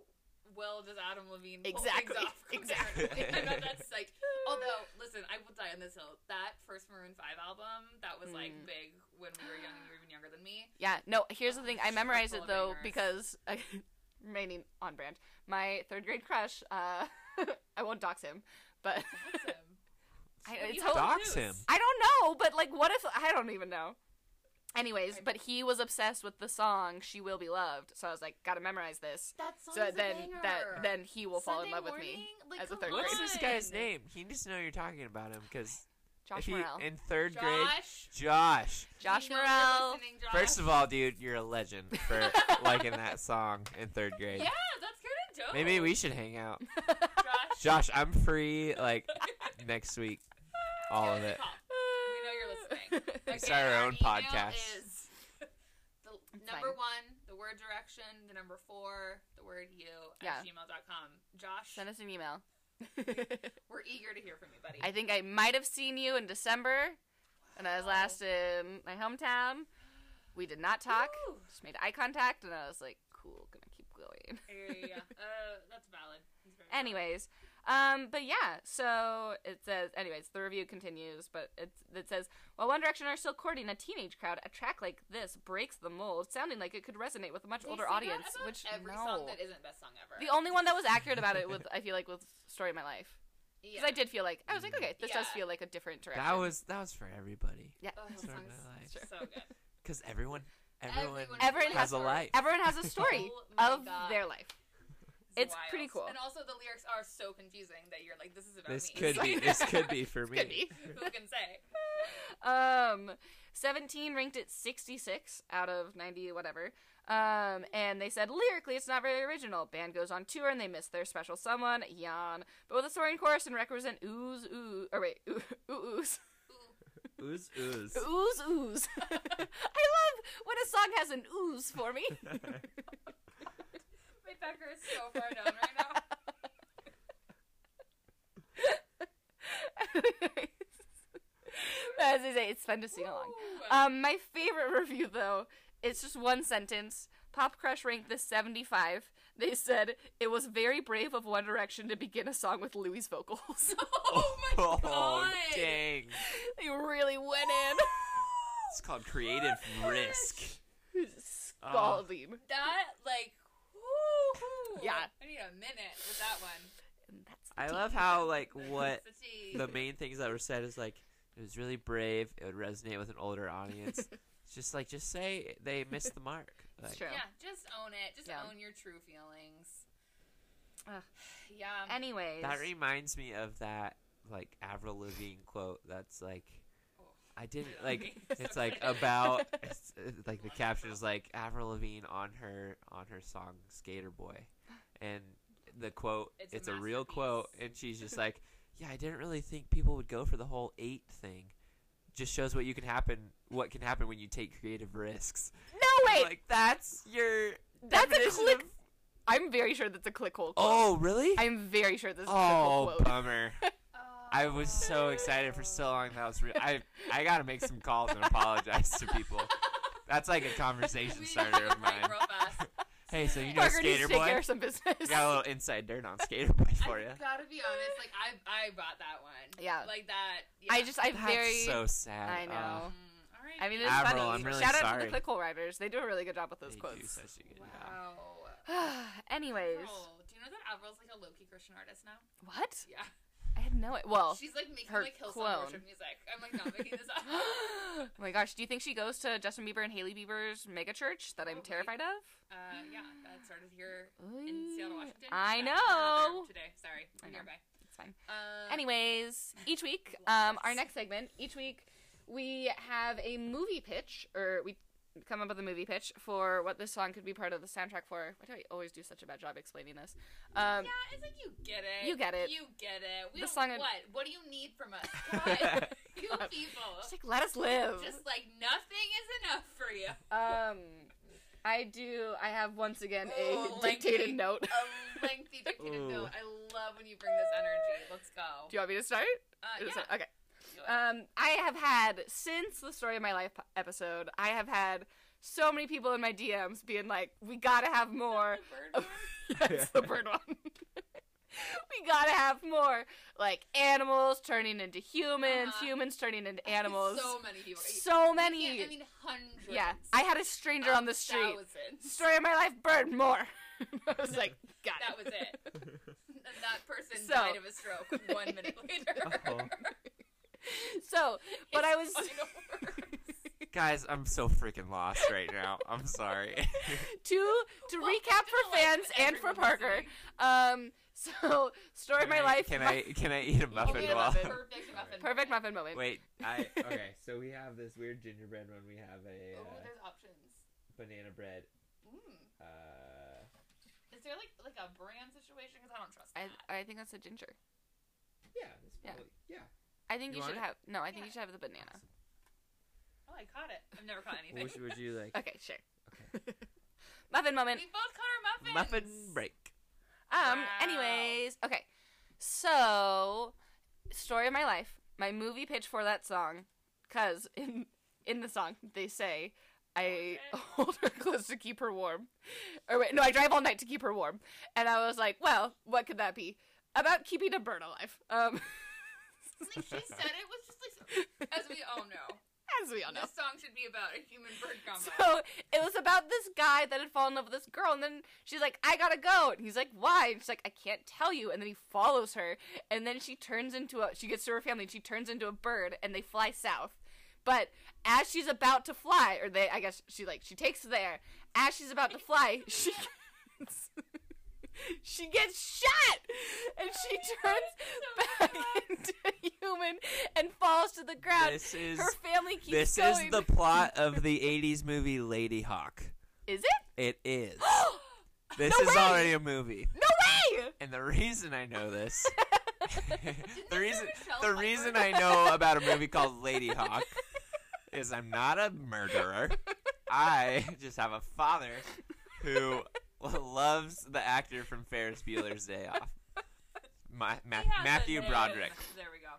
well does Adam Levine pull Exactly, things off? exactly. compared- I'm not that psyched. Although, listen, I will die on this hill. That first Maroon Five album, that was like Mm. big when we were young and you were even younger than me. Yeah, no, here's the thing. I Chock memorized full it of though bangers. because I, remaining on brand. My third grade crush, uh, I won't dox him, but Awesome. I, What do it's Um, you have ho- to Dox lose? him. I don't know, but like, what if I don't even know? Anyways, Right. but he was obsessed with the song "She Will Be Loved," so I was like, gotta memorize this. That song so is a then that banger. then he will fall in Sunday love with me. morning? Like, as a come third What's grader. this on. guy's name? He needs to know you're talking about him because Josh he Morel. in third grade, Josh. Josh. Josh We know you're Morel. listening, Josh. First of all, dude, you're a legend for liking that song in third grade. yeah, that's kind of dope. Maybe we should hang out. Josh, Josh, I'm free like next week. All of it. Pop. We know you're listening. Okay, start our own email podcast. Is the It's number fine. one, the word direction, the number four, the word you Yeah. at gmail.com. Josh, Send us an email. we're eager to hear from you, buddy. I think I might have seen you in December when I was Wow. last in my hometown. We did not talk, Woo. just made eye contact, and I was like, cool, gonna keep going. Yeah, yeah, yeah. Uh, that's valid. That's very valid. anyways, um, but yeah, so it says, anyways, the review continues, but it's, it says, while One Direction are still courting a teenage crowd, a track like this breaks the mold, sounding like it could resonate with a much They older say that audience, about which every no. song that isn't best song ever. the only one that was accurate about it was, I feel like, was Story of My Life. Because yeah. I did feel like, I was like, okay, this does Yeah. feel like a different direction. Mm. That was that was for everybody. Yeah. Oh, that Sorry, song's my life. so good. Cause everyone, everyone, Everyone Everyone has has a a- life. Everyone has a story Oh my of God. their life. It's pretty cool. And also, the lyrics are so confusing that you're like, this is about This me. could be. This could be for me. Could be. Who can say? Um, 17 ranked at 66 out of 90, whatever. Um, and they said lyrically it's not very original. Band goes on tour and they miss their special someone, yawn. But with a soaring chorus and requisite ooze ooze, or wait, ooh ooze, Ooh. Ooze, ooze. ooze ooze. I love when a song has an ooze for me. My pecker is so far down right now. As I say, it's fun to sing along. Ooh. Um, my favorite review though, it's just one sentence. Pop Crush ranked this 75. They said it was very brave of One Direction to begin a song with Louis' vocals. oh my Oh, god! dang! they really went It's called creative risk. in. Scalding. Ah. That like, woo Yeah. I need a minute with that one. And that's the I tea. love how like what It's a T. the main things that were said is like it was really brave. It would resonate with an older audience. It's just like just say they missed the mark. Like, It's true. Yeah, just own it. Just Yeah. own your true feelings. Yeah. Anyways, That reminds me of that like Avril Lavigne quote. That's like, I didn't like. It's like about it's, uh, like the caption is like Avril Lavigne on her on her song Skater Boy, and the quote It's it's, a a real masterpiece. quote, and she's just like, yeah, I didn't really think people would go for the whole eight thing. Just shows what you can happen, what can happen when you take creative risks. no I'm wait, like that's your that's a definition click. of- I'm very sure that's a click hole. oh, really? I'm very sure this is oh, a click hole. bummer. Oh, I was so excited for so long that was real. I I gotta make some calls and apologize to people. That's like a conversation starter of mine. Real fast. Hey, so you know Parker needs Skater to take care Boy? of some business. Got a little inside dirt on Skater Boy for you. I gotta be honest, like I I bought that one. Yeah. Like that. Yeah. I just, I That's very. so sad. I Oh, know. Mm, all right. I mean, it's Avril, funny. I'm really Shout out to sorry. the Clickhole writers. They do a really good job with those they do quotes. such a good job. wow. Anyways, Avril, do you know that Avril's like a low key Christian artist now? what? Yeah. I had no. Well, She's like making her like Hillsong clone. worship music. I'm like not making this up. oh my gosh, do you think she goes to Justin Bieber and Haley Bieber's mega church that I'm Probably. terrified of? Uh, yeah, that started here in Seattle, Washington. Mm, I Uh, know. there Today, sorry, I know. nearby. It's fine. Um, Anyways, each week, um, our next segment, each week we have a movie pitch, or we come up with a movie pitch for what this song could be part of the soundtrack for. Why do I always do such a bad job explaining this? Um, yeah, it's like you get it. You get it. You get it. We The don't- song- What? What do you need from us? God, you God. people. Just like, "Oh." let us live. Just like nothing is enough for you. Um, I do. I have once again a Ooh, Oh. dictated lengthy. note. A lengthy dictated Ooh. note. I love when you bring this energy. Let's go. Do you want me to start? Uh, Is yeah. it- Okay. do it. Um, I have had since the story of my life episode, I have had so many people in my DMs being like, "We gotta have more." The bird Oh, one? yes, the bird one. we gotta have more, like animals turning into humans, Uh-huh. humans turning into animals. So many people. So many. Yeah, I mean, hundreds. yeah, I had a Uh, stranger on the street. Thousands. Story of my life, bird more. I was like, God. That was it. And that person So- died of a stroke one minute later. Oh. So, but I was It's final words. Guys, I'm so freaking lost right now. I'm sorry. to to Welcome recap to for the life fans of and for everyone Parker. Um, listening. so story of my Can I- life. Can my- I can I eat a muffin eat a while? muffin. Perfect muffin. Perfect muffin moment. Wait, I okay. So we have this weird gingerbread one. We have a Oh, uh, there's options. banana bread. Mm. Uh, Is there like like a brand situation? Because I don't trust I that. I think that's a ginger. yeah, it's Yeah. probably yeah. I think You you, want should it? have no. I think Yeah. you should have the banana. Oh, I caught it. I've never caught anything. Which would you like? Okay, sure. muffin moment. we both caught our muffins. Muffin break. Um. Wow. Anyways, okay. So, story of my life. My movie pitch for that song, cause in in the song they say, I hold her close to keep her warm, or wait, no, I drive all night to keep her warm, and I was like, well, what could that be? About keeping a bird alive. Um, Like she said it was just like, as we all know, as we all know. this song should be about a human bird combo. So it was about this guy that had fallen in love with this girl, and then she's like, "I gotta go," and he's like, "Why?" And she's like, "I can't tell you." And then he follows her, and then she turns into a. She gets to her family, and she turns into a bird, and they fly south. But as she's about to fly, or they, I guess she like she takes the air. As she's about to fly, she. Gets, She gets shot, and she turns back into human and falls to the ground. This is Her family keeps this going. is the plot of the '80s movie Lady Hawk. Is it? It is. this No is way! already a movie, No way! and the reason I know this, the reason Michelle the Pfeiffer? reason I know about a movie called Lady Hawk is I'm not a murderer. I just have a father who loves the actor from Ferris Bueller's Day Off, Ma- Ma- He has a Matthew name. Broderick. There we go.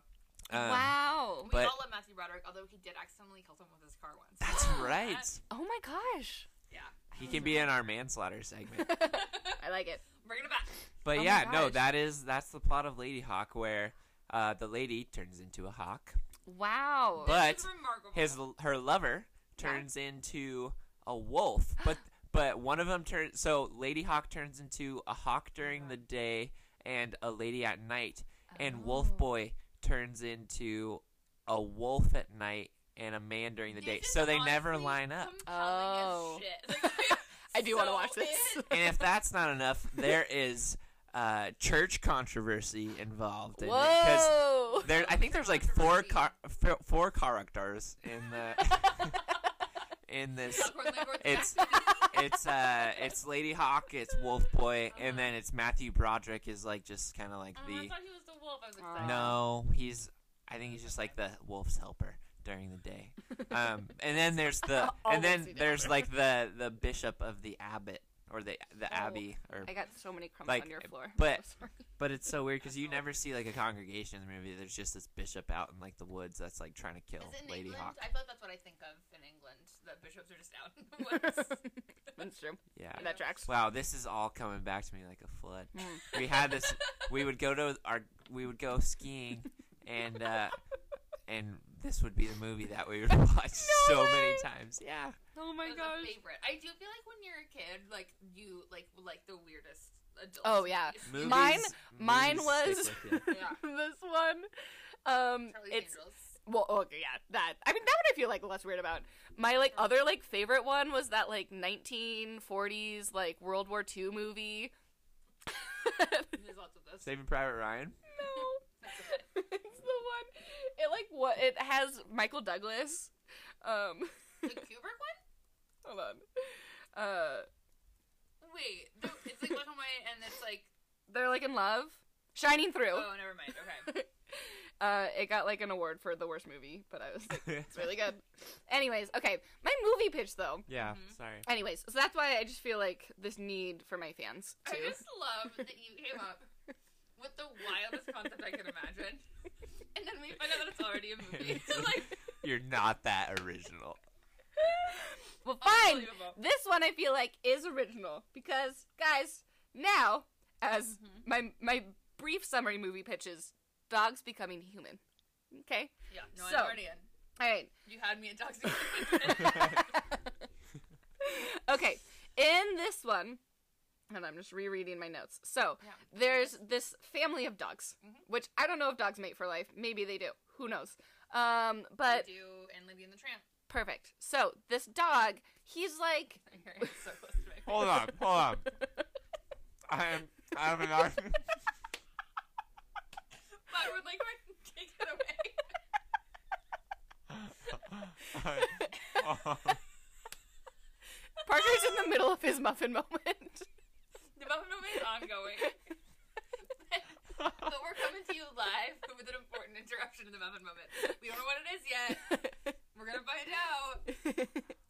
Um, wow. We But- all love Matthew Broderick, although he did accidentally kill someone with his car once. That's right. Oh my gosh. Yeah. He can be in our manslaughter segment. I like it. Bringing it back. Oh But my yeah, no, gosh. that is that's the plot of Lady Hawk, where uh, the lady turns into a hawk, Wow. but It's remarkable. his her lover turns into a wolf. But but one of them turns. So Lady Hawk turns into a hawk during the day and a lady at night, and Oh. Wolf Boy turns into a wolf at night and a man during the This day. is so they never honestly line up. compelling as Oh. shit. Like, I do want to so watch this. it- and if that's not enough, there is uh, church controversy involved in it 'cause Whoa. there, I think there's like four car, four, four characters in the in this. It's it's uh it's Lady Hawk, it's Wolf Boy, and then it's Matthew Broderick is like just kind of like Oh, I the thought he was the wolf. I was Aw. excited. no, he's I think he's just like the wolf's helper during the day. Um, and then there's the Always and then the there's like the the bishop of the abbot or the the Oh, abbey or I got so many crumbs like, on your floor. I'm but- so sorry. But it's so weird because you never see like a congregation in the movie. There's just this bishop out in like the woods that's like trying to kill Is it in Lady England? Hawk. I feel like that's what I think of in England. The bishops are just out in Oh the woods. That's true. Yeah. That tracks. Wow, this is all coming back to me like a flood. Mm. We had this. We would go to our. We would go skiing, and uh, and this would be the movie that we would watch so many times. Yeah. Oh It my was a gosh. favorite. I do feel like when you're a kid, like you like like the weirdest adult. Oh, yeah. Movies, movies. Mine- movies mine stick was- with you. Yeah. this one. Um, Charlie's it's Angels. well, oh, okay, yeah, that. I mean, that one I feel like less weird about. My like other like favorite one was that like 1940s like World War II movie. There's lots of those. Saving Private Ryan. it's the one. It like what it has Michael Douglas. Um, The Kubrick one? hold on. Uh, Wait, the, it's like black and white, and it's like they're like in love, shining through. oh, never mind. Okay. Uh, it got like an award for the worst movie, but I was like, it's really good. Anyways, okay, my movie pitch though. yeah. Mhm. Sorry. Anyways, so that's why I just feel like this need for my fans I to. just love that you came up with the wildest concept I can imagine, and then we find out that it's already a movie. like You're not that original. Well, fine. unbelievable. This one I feel like is original because guys, now as my my brief summary movie pitches, dogs becoming human. Okay, Yeah. No, So- I'm already in. all right. You had me at Dogs. okay, in this one, and I'm just rereading my notes. So Yeah. there's this family of dogs, Mhm. which I don't know if dogs mate for life. Maybe they do. Who knows? Um, but do and Lady and the Tramp. perfect. So this dog, he's like Your hand's so close to Oh. my Hold on. Hold on. I am. I have an argument. But we're like, we're take it away. oh, Parker's in the middle of his muffin moment. The Muppet Movie is ongoing. but we're coming to you live with an important interruption in the Muppet Moment. We don't know what it is yet. We're gonna find out.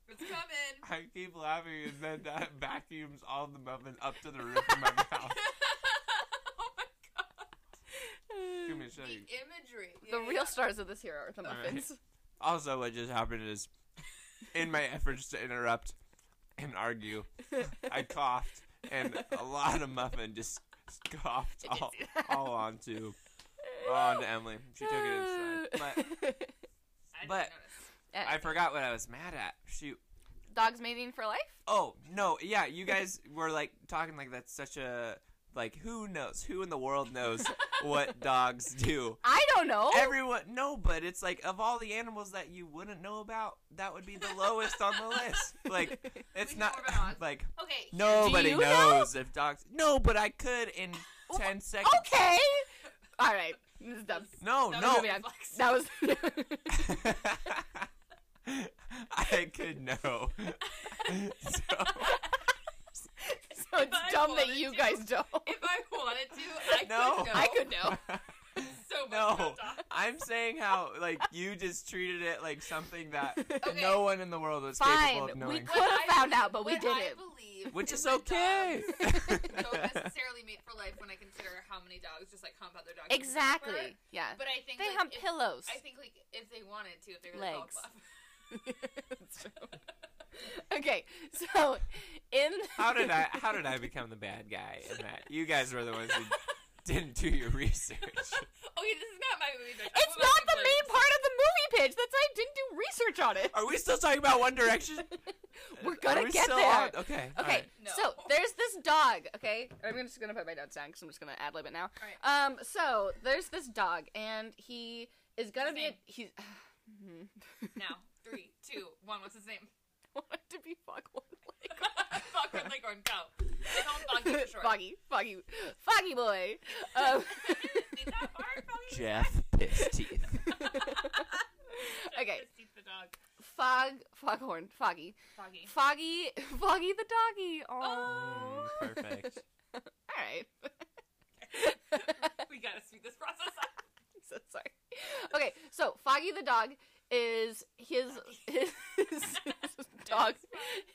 It's coming. I keep laughing, and then that vacuums all the muffin up to the roof of my mouth. oh my god. Give me a show The you. imagery. the Yeah, real yeah. stars of this here are the All right. muffins. Also, what just happened is, in my efforts to interrupt and argue, I coughed, and a lot of muffin just coughed did all, see that. all onto onto Emily. She took it inside, but I didn't but- notice. I forgot what I was mad at. Shoot. dogs mating for life. Oh no, yeah, you guys were like talking like that's such a like who knows who in the world knows what dogs do. I don't know. Everyone no, but it's like of all the animals that you wouldn't know about, that would be the lowest on the list. Like it's We know not more about dogs. like Okay. nobody you know? knows if dogs. No, but I could in ten seconds. okay. All right. This is dumb. No, That was no. a Moving on. That was. I could know. so, so it's I dumb that wanted you to. guys don't. If I wanted to, I No. could go. I could know. so much No, about dogs. I'm saying how like you just treated it like something that Okay. no one in the world was capable Fine. of We knowing, could have I- found out, but we What I didn't. believe which is that okay. dogs don't necessarily mate for life when I consider how many dogs just like hump other dogs. in the Exactly. river. Yeah. But I think They like, hump if- pillows. I think like if they wanted to, if they were like, Legs. Legs. okay. So, in how did I how did I become the bad guy in that? You guys were the ones who didn't do your research. okay, this is not my movie. Pitch. It's not I'm the about to main play- part of the movie pitch. That's why I didn't do research on it. Are we still talking about One Direction? We're gonna Are we get still there. on? Okay. all Okay, right. No. so there's this dog. Okay, I'm gonna- just gonna put my notes down because I'm just gonna ad lib it now. Alright. Um, so there's this dog, and he is gonna His be a, he's Now, three, two, one. What's his name? wanted to be Foghorn Leghorn. Fuck with Leghorn, go. They call him Boggy for short. Foggy, foggy, foggy boy. Um, Is that hard, Boggy? Jeff piss teeth. okay, Just eat the dog. fog, foghorn, foggy, Boggy. foggy, foggy the doggy. Oh, Mm, Perfect. all right. We gotta speed this process up. so sorry. Okay, so Foggy the dog is his his, his dog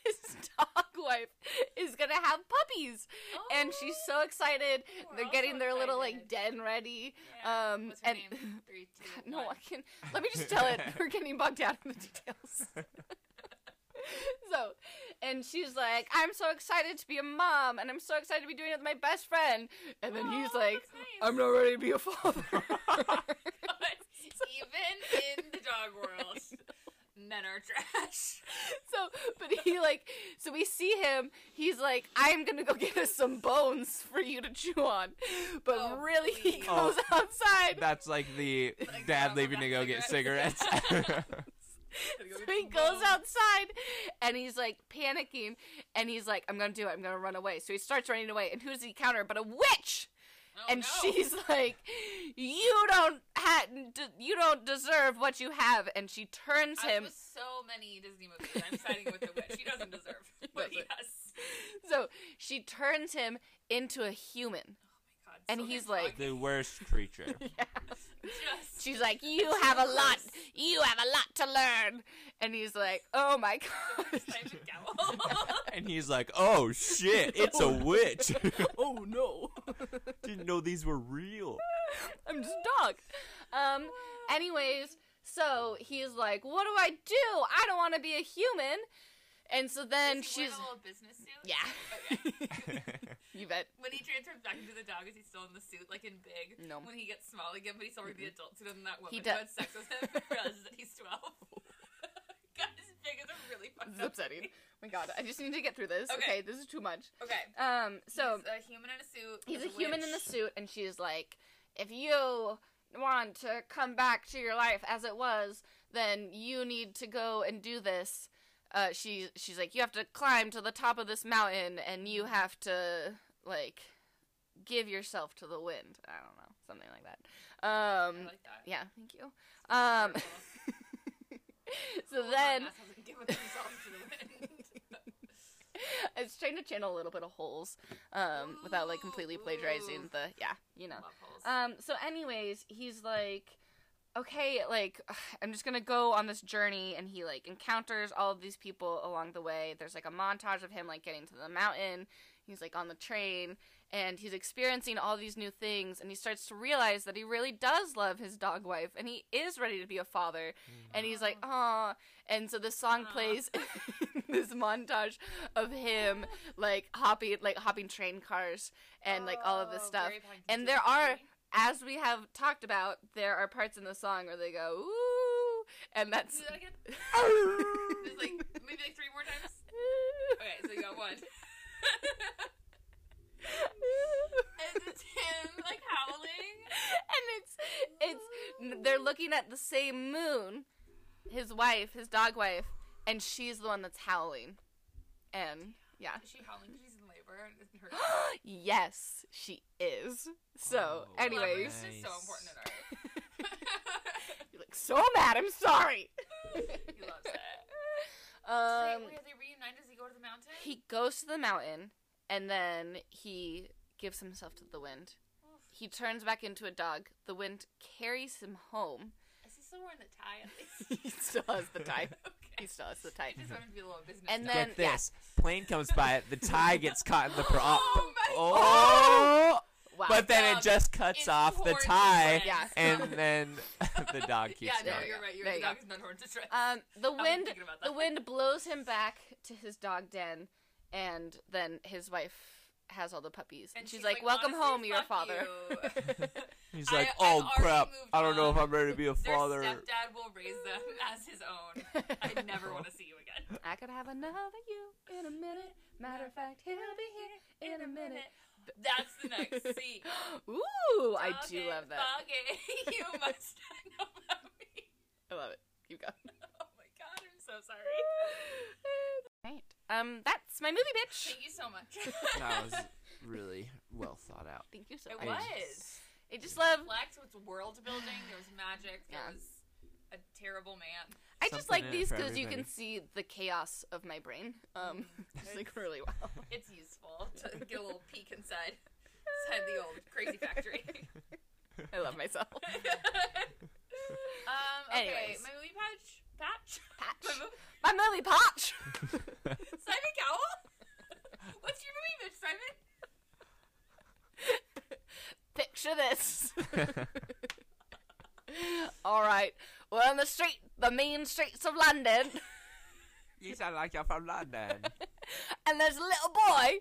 his dog wife is gonna have puppies, and she's so excited. We're They're all getting so their little like excited. den ready. Yeah. Um, What's her and name? Three, two, no, I one. can. Let me just tell it. We're getting bogged down in the details. so, and she's like, "I'm so excited to be a mom, and I'm so excited to be doing it with my best friend." And then he's Aw, like, that's nice. "I'm not ready to be a father." But even in the dog world, men are trash. so but he like so we see him he's like i'm gonna go get us some bones for you to chew on but Oh, really he please. goes outside That's like the dad grandma leaving to got go get cigarettes. cigarettes. so he goes outside and he's like panicking and he's like i'm gonna do it i'm gonna run away so he starts running away and who's he counter but a witch Oh, and no. she's like you don't ha- d- you don't deserve what you have and she turns As him with so many Disney movies, I'm siding with the witch. He doesn't deserve what he Doesn't. has. so she turns him into a human God, And so he's good like- dog. the worst creature. just She's like, "You have a lot. You have a lot to learn." And he's like, "Oh my god! Simon Cowell. And he's like, oh shit, it's a witch. Oh no! Didn't know these were real. I'm just a dog." Um. Anyways, so he's like, "What do I do? I don't want to be a human." And so then Does he wear she's, the little business suit. yeah, you bet. When he transforms back into the dog, is he still in the suit, like in Big? No. When he gets small again, but he's already the adult suit, and that woman He who had does- sex with him realizes that he's twelve. God, his Big is a really fucked This is up upsetting. movie. Oh my god, I just need to get through this. Okay, Okay. this is too much. Okay. Um. So he's a human in a suit. he's a with human in a witch. suit and she's like if you want to come back to your life as it was then you need to go and do this uh, she she's like you have to climb to the top of this mountain and Mm-hmm. you have to like give yourself to the wind i don't know something like that um I like that. yeah thank you um Oh so then i was trying to channel a little bit of holes um without like completely Ooh, ooh. plagiarizing the yeah you know um, Um, so anyways, he's like, okay, like, I'm just gonna go on this journey, and he, like, encounters all of these people along the way. There's, like, a montage of him, like, getting to the mountain. He's, like, on the train, and he's experiencing all these new things, and he starts to realize that he really does love his dog wife, and he is ready to be a father, and he's like, oh. And so this song Aw. plays this montage of him, like, hopping, like, hopping train cars, and, like, all of this stuff And there are- as we have talked about, there are parts in the song where they go ooh, and that's Do that again? There's like maybe like three more times. Okay, so you got one. and it's him like howling. and it's it's they're looking at the same moon, his wife, his dog wife, and she's the one that's howling, and yeah, Is she howling? 'cause She's in labor. and it hurts? yes, she is. So, Oh, anyways, Labor is just so Nice. important in art. you're like so mad. I'm sorry. he loves it. Um, Wait, wait, are they reunited? Does he go to the mountain? he goes to the mountain and then he gives himself to the wind. He turns back into a dog. The wind carries him home. Is he still wearing the tie? At least? he still has the tie. He okay. still has the tie. He just wanted to be a little business. And guy. then- Get this. Plane comes by, the tie gets caught in the prop. Oh my Oh! Wow. But then Um, it just cuts It's off the horns to tie, shreds. Yeah. and then the dog keeps yeah, no, going. you're right. You're There you right. The dog go. is not horns to shreds. um, the I wasn't wind thinking about the that. wind blows him back to his dog den and then his wife has all the puppies. And, she's, like, Welcome "Honestly, home, you're a fuck father. you. He's I- like, I've oh already crap, moved I don't know if on. I'm ready to be a Their father. stepdad will raise them as his own. I never want to see you again. I could have another you in a minute. Matter of fact, he'll be here in a minute. That's the next scene. Ooh, I do Doggy, love that. doggy, you must not know about me. I love it. Keep going. Oh my god, I'm so so sorry. Right. Um, that's my movie, bitch. Thank you so much. That was really well thought out. Thank you so It much. I was. I just love. Flex was world building. There was magic. There Yeah. was a terrible man. I just Something like in it these for because you can everybody. see the chaos of my brain. Um, it's like really well. It's useful to get a little peek inside inside the old crazy factory. I love myself. um, okay, Anyways. my movie patch. Patch. Patch. My mo- My Molly Patch. Simon Cowell. What's your movie bitch, Simon? Picture this. All right, we're on the street, the main streets of London, You sound like you're from London. and there's a little boy,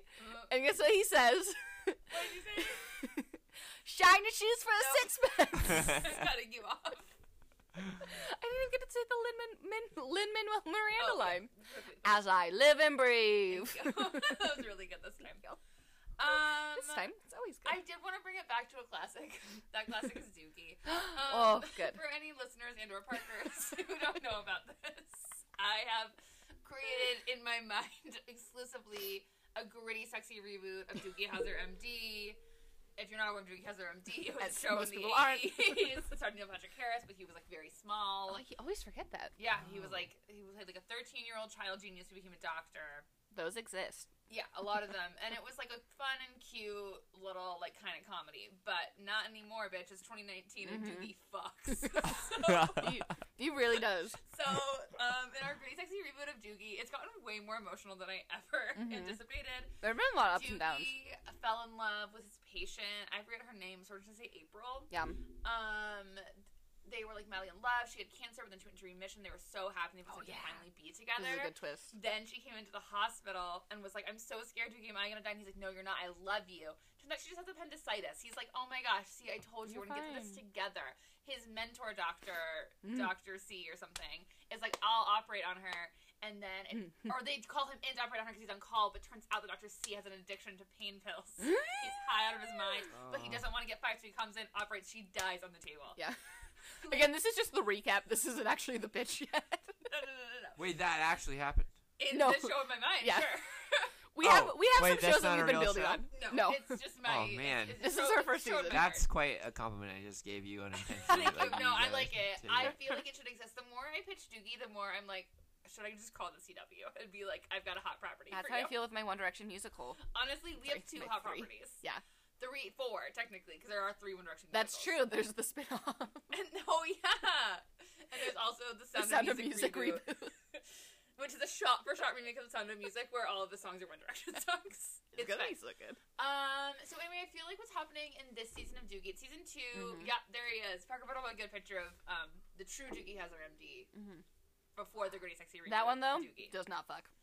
and guess what he says? What did you say? Shine your shoes for a sixpence. Just cutting you off. I didn't even get to say the Lin Min Lin Manuel Miranda Oh, line. okay. As I live and breathe. that was really good this time. Um, this time it's always good. I did want to bring it back to a classic. That classic is Dookie. Oh, Um, good. For any listeners and/or Parkers who don't know about this, I have created in my mind exclusively a gritty, sexy reboot of Dookie Howser MD. If you're not aware of Dookie Howser MD, it was As a show most in the people aren't. 80s. It starred Neil Patrick Harris, but he was like very small. oh, you always forget that Yeah, he was like he played like a 13-year-old child genius who became a doctor. those exist. Yeah, a lot of them. And it was like a fun and cute little like kind of comedy, but not anymore, bitch. It's 2019 and Mm-hmm. Doogie fucks. so, He, he really does. so, um, in our Gritty Sexy reboot of Doogie, it's gotten way more emotional than I ever anticipated. There have been a lot of Mm-hmm. ups and downs. Doogie fell in love with his patient. I forget her name, so we're just gonna say April. Yeah. Um, they were like madly in love. She had cancer, but then she went into remission. They were so happy they were Oh, supposed to yeah. finally be together. This is a good twist. Then she came into the hospital and was like, I'm so scared, Doogie. Am I going to die? And he's like, No, you're not. I love you. Turns out she just has appendicitis. He's like, Oh my gosh, see, I told you You're we're going to get through this fine. Mm. together. His mentor, Dr. Dr. C or something, is like, I'll operate on her. And then, it, Mm. or they call him in to operate on her because he's on call, but turns out that Dr. C has an addiction to pain pills. he's high out of his mind, but he Oh. doesn't want to get fired, so he comes in, operates, she dies on the table. Yeah. Again, this is just the recap. This isn't actually the bitch yet. No, no, no, no, no. Wait, that actually happened. It's No. the show in my mind, Yeah. sure. We Oh, have we have wait, some that's shows that not a we've been real building show? on. No, No. it's just Oh, my. man. it's- This it's is so- our it's first so season. bad. That's quite a compliment I just gave you unintentionally. Thank you. that No, I guys like it. take I feel like it should exist. The more I pitch Doogie, the more I'm like, should I just call the CW and be like, I've got a hot property? That's for how I you. feel with my One Direction musical. Honestly, we have Sorry, two my hot three. properties. Yeah. Three, four technically, because there are three One Direction. That's true. musicals. There's the spin-off. And, oh yeah. And there's also the The Sound, of Music, reboot, which is a shot-for-shot remake of the Sound of Music, where all of the songs are One Direction songs. It's gonna fine. be so good. Um. So anyway, I feel like what's happening in this season of Doogie, it's season 2 Mhm. Yeah, there he is. Parker put up a good picture of um the true Doogie has her MD Mhm. before the Gritty Sexy. reboot That one though of Doogie. does not fuck.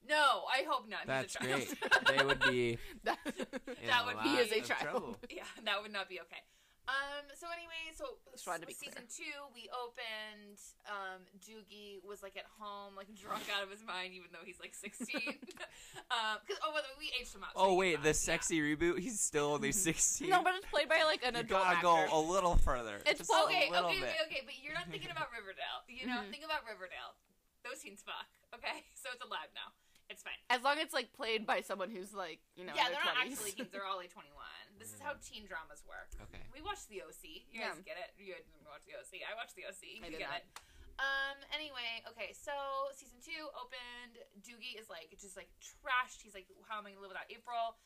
No, I hope not. That's He's a child. great. they would be. That- In That a would be- lot He is a of child. trouble. yeah, that would not be okay. Um. So anyway, so Just wanted to be season two, we opened. Um, Doogie was like at home, like drunk out of his mind, even though he's like sixteen. um. Because oh, by the way, we aged him up. so Oh he's wait, fine. the Yeah. sexy reboot. He's still only Mm-hmm. sixteen. No, but it's played by like an you adult actor. gotta go a little further. It's Just full- a okay, little okay, bit. Mm-hmm. okay, okay, but you're not thinking about Riverdale. You know, Mhm. think about Riverdale. Those teens fuck. Okay, so it's allowed now. It's fine. As long as it's like played by someone who's like you know. yeah, in they're their not 20s. actually teens. They're all like 21. This is how Mm. teen dramas work. Okay. We watched The OC. You Yeah. guys get it? You guys didn't watch The OC. I watched The OC. I You did get not. it. Um. Anyway, okay. So season two opened. Doogie is like just like trashed. He's like, how am I gonna live without April?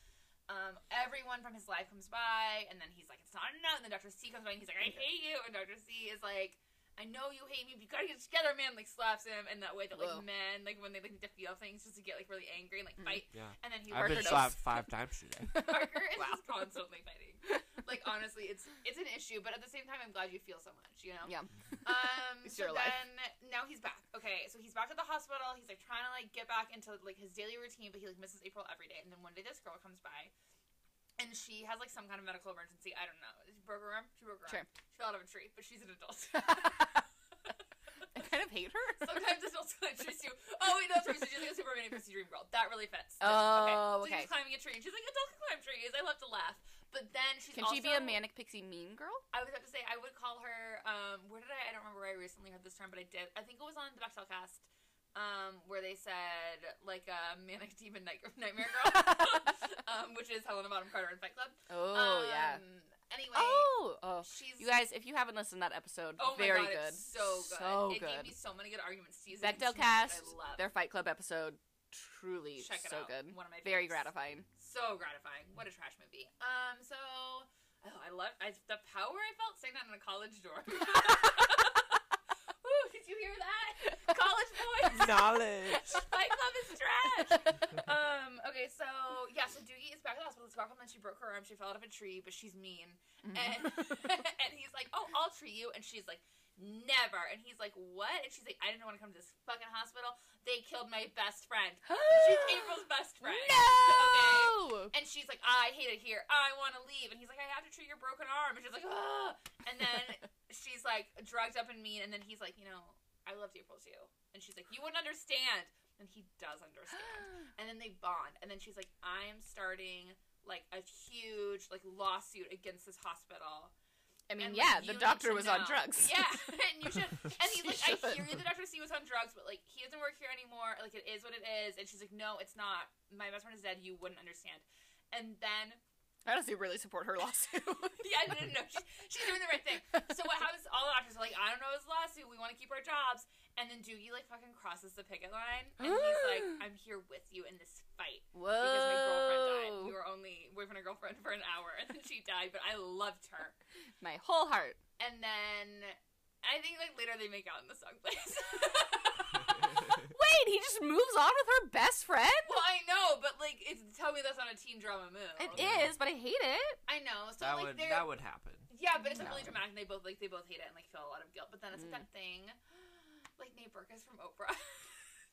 Um, everyone from his life comes by, and then he's like, "It's not enough." And then Doctor C comes by, and he's like, "I hate you." And Doctor C is like, "I know you hate me, but you gotta get it together, man!" Like slaps him, and that way that like Whoa. men, like when they like need to feel things, just to get like really angry and like fight. Mm-hmm. Yeah. And then he I've Parker been does. slapped five times today. Parker is Wow. just constantly fighting. Like honestly, it's it's an issue, but at the same time, I'm glad you feel so much. You know. Yeah. Um, It's so your life. then now he's back. Okay, so he's back at the hospital. He's like trying to like get back into like his daily routine, but he like misses April every day. And then one day this girl comes by, and she has like some kind of medical emergency. I don't know. She broke her arm. She broke her Sure. arm. She fell out of a tree, but she's an adult. I kind of hate her. Sometimes adults kind of treat you. Oh wait, no, sorry. So she's like a Superman and Dream Girl. That really fits. Oh, So okay. she's climbing a tree, and she's like, "Adults can climb trees." I love to laugh. But then she's Can she be a also- manic pixie mean girl? I was about to say I would call her. Um, where did I? I don't remember where I recently heard this term, but I did. I think it was on the Bechtel cast. um, where they said like a manic demon night- nightmare girl, um, which is Helena Bottom Carter in Fight Club. Oh um, yeah. Anyway, Oh, oh. she's You guys, if you haven't listened to that episode, Oh very my god, good. it's so good. So it gave good. me so many good arguments. Season Bechdel two, which I cast love. their Fight Club episode. Truly Check it so out. good. One of my Very faves. gratifying. So gratifying. What a trash movie. Um, so oh, I love I, the power I felt saying that in a college dorm. Woo, did you hear that? College boys. Knowledge. Fight Club is trash. Um. Okay. So yeah. So Doogie is back at the hospital. It's back home, and she broke her arm. She fell out of a tree, but she's mean. And and he's like, "Oh, I'll treat you," and she's like, "Never." And he's like, "What?" And she's like, "I didn't want to come to this fucking hospital. They killed my best friend. She's April's best friend." Okay. No. And she's like, I hate it here. I want to leave. And he's like, I have to treat your broken arm. And she's like, ah. And then she's like, drugged up and mean. And then he's like, you know, I loved April too. And she's like, you wouldn't understand. And he does understand. And then they bond. And then she's like, I am starting like a huge like lawsuit against this hospital. I mean, And, like, yeah, you the need doctor to was know. on drugs. Yeah, and you should. And She he's like, I should. hear you, the Dr. C was on drugs, but like he doesn't work here anymore. Like it is what it is. And she's like, No, it's not. My best friend is dead. You wouldn't understand. And then I honestly really support her lawsuit. yeah, no, no, no. She's, she's doing the right thing. So what happens? All the doctors are like, I don't know his lawsuit. We want to keep our jobs. And then Doogie like fucking crosses the picket line, and he's like, I'm here with you in this fight Whoa. because my girlfriend died. Oh. We were only boyfriend and girlfriend for an hour, and then she died. But I loved her. my whole heart. And then I think like later they make out in the song place. Wait, he just moves on with her best friend? well, I know, but like, it's tell me that's not a teen drama move. It is, Yeah. but I hate it. I know. So that would like, they're that would happen. yeah, but it's like No. really dramatic. And they both like they both hate it and like feel a lot of guilt. But then Mm. it's like that thing, like Nate Burkus from Oprah.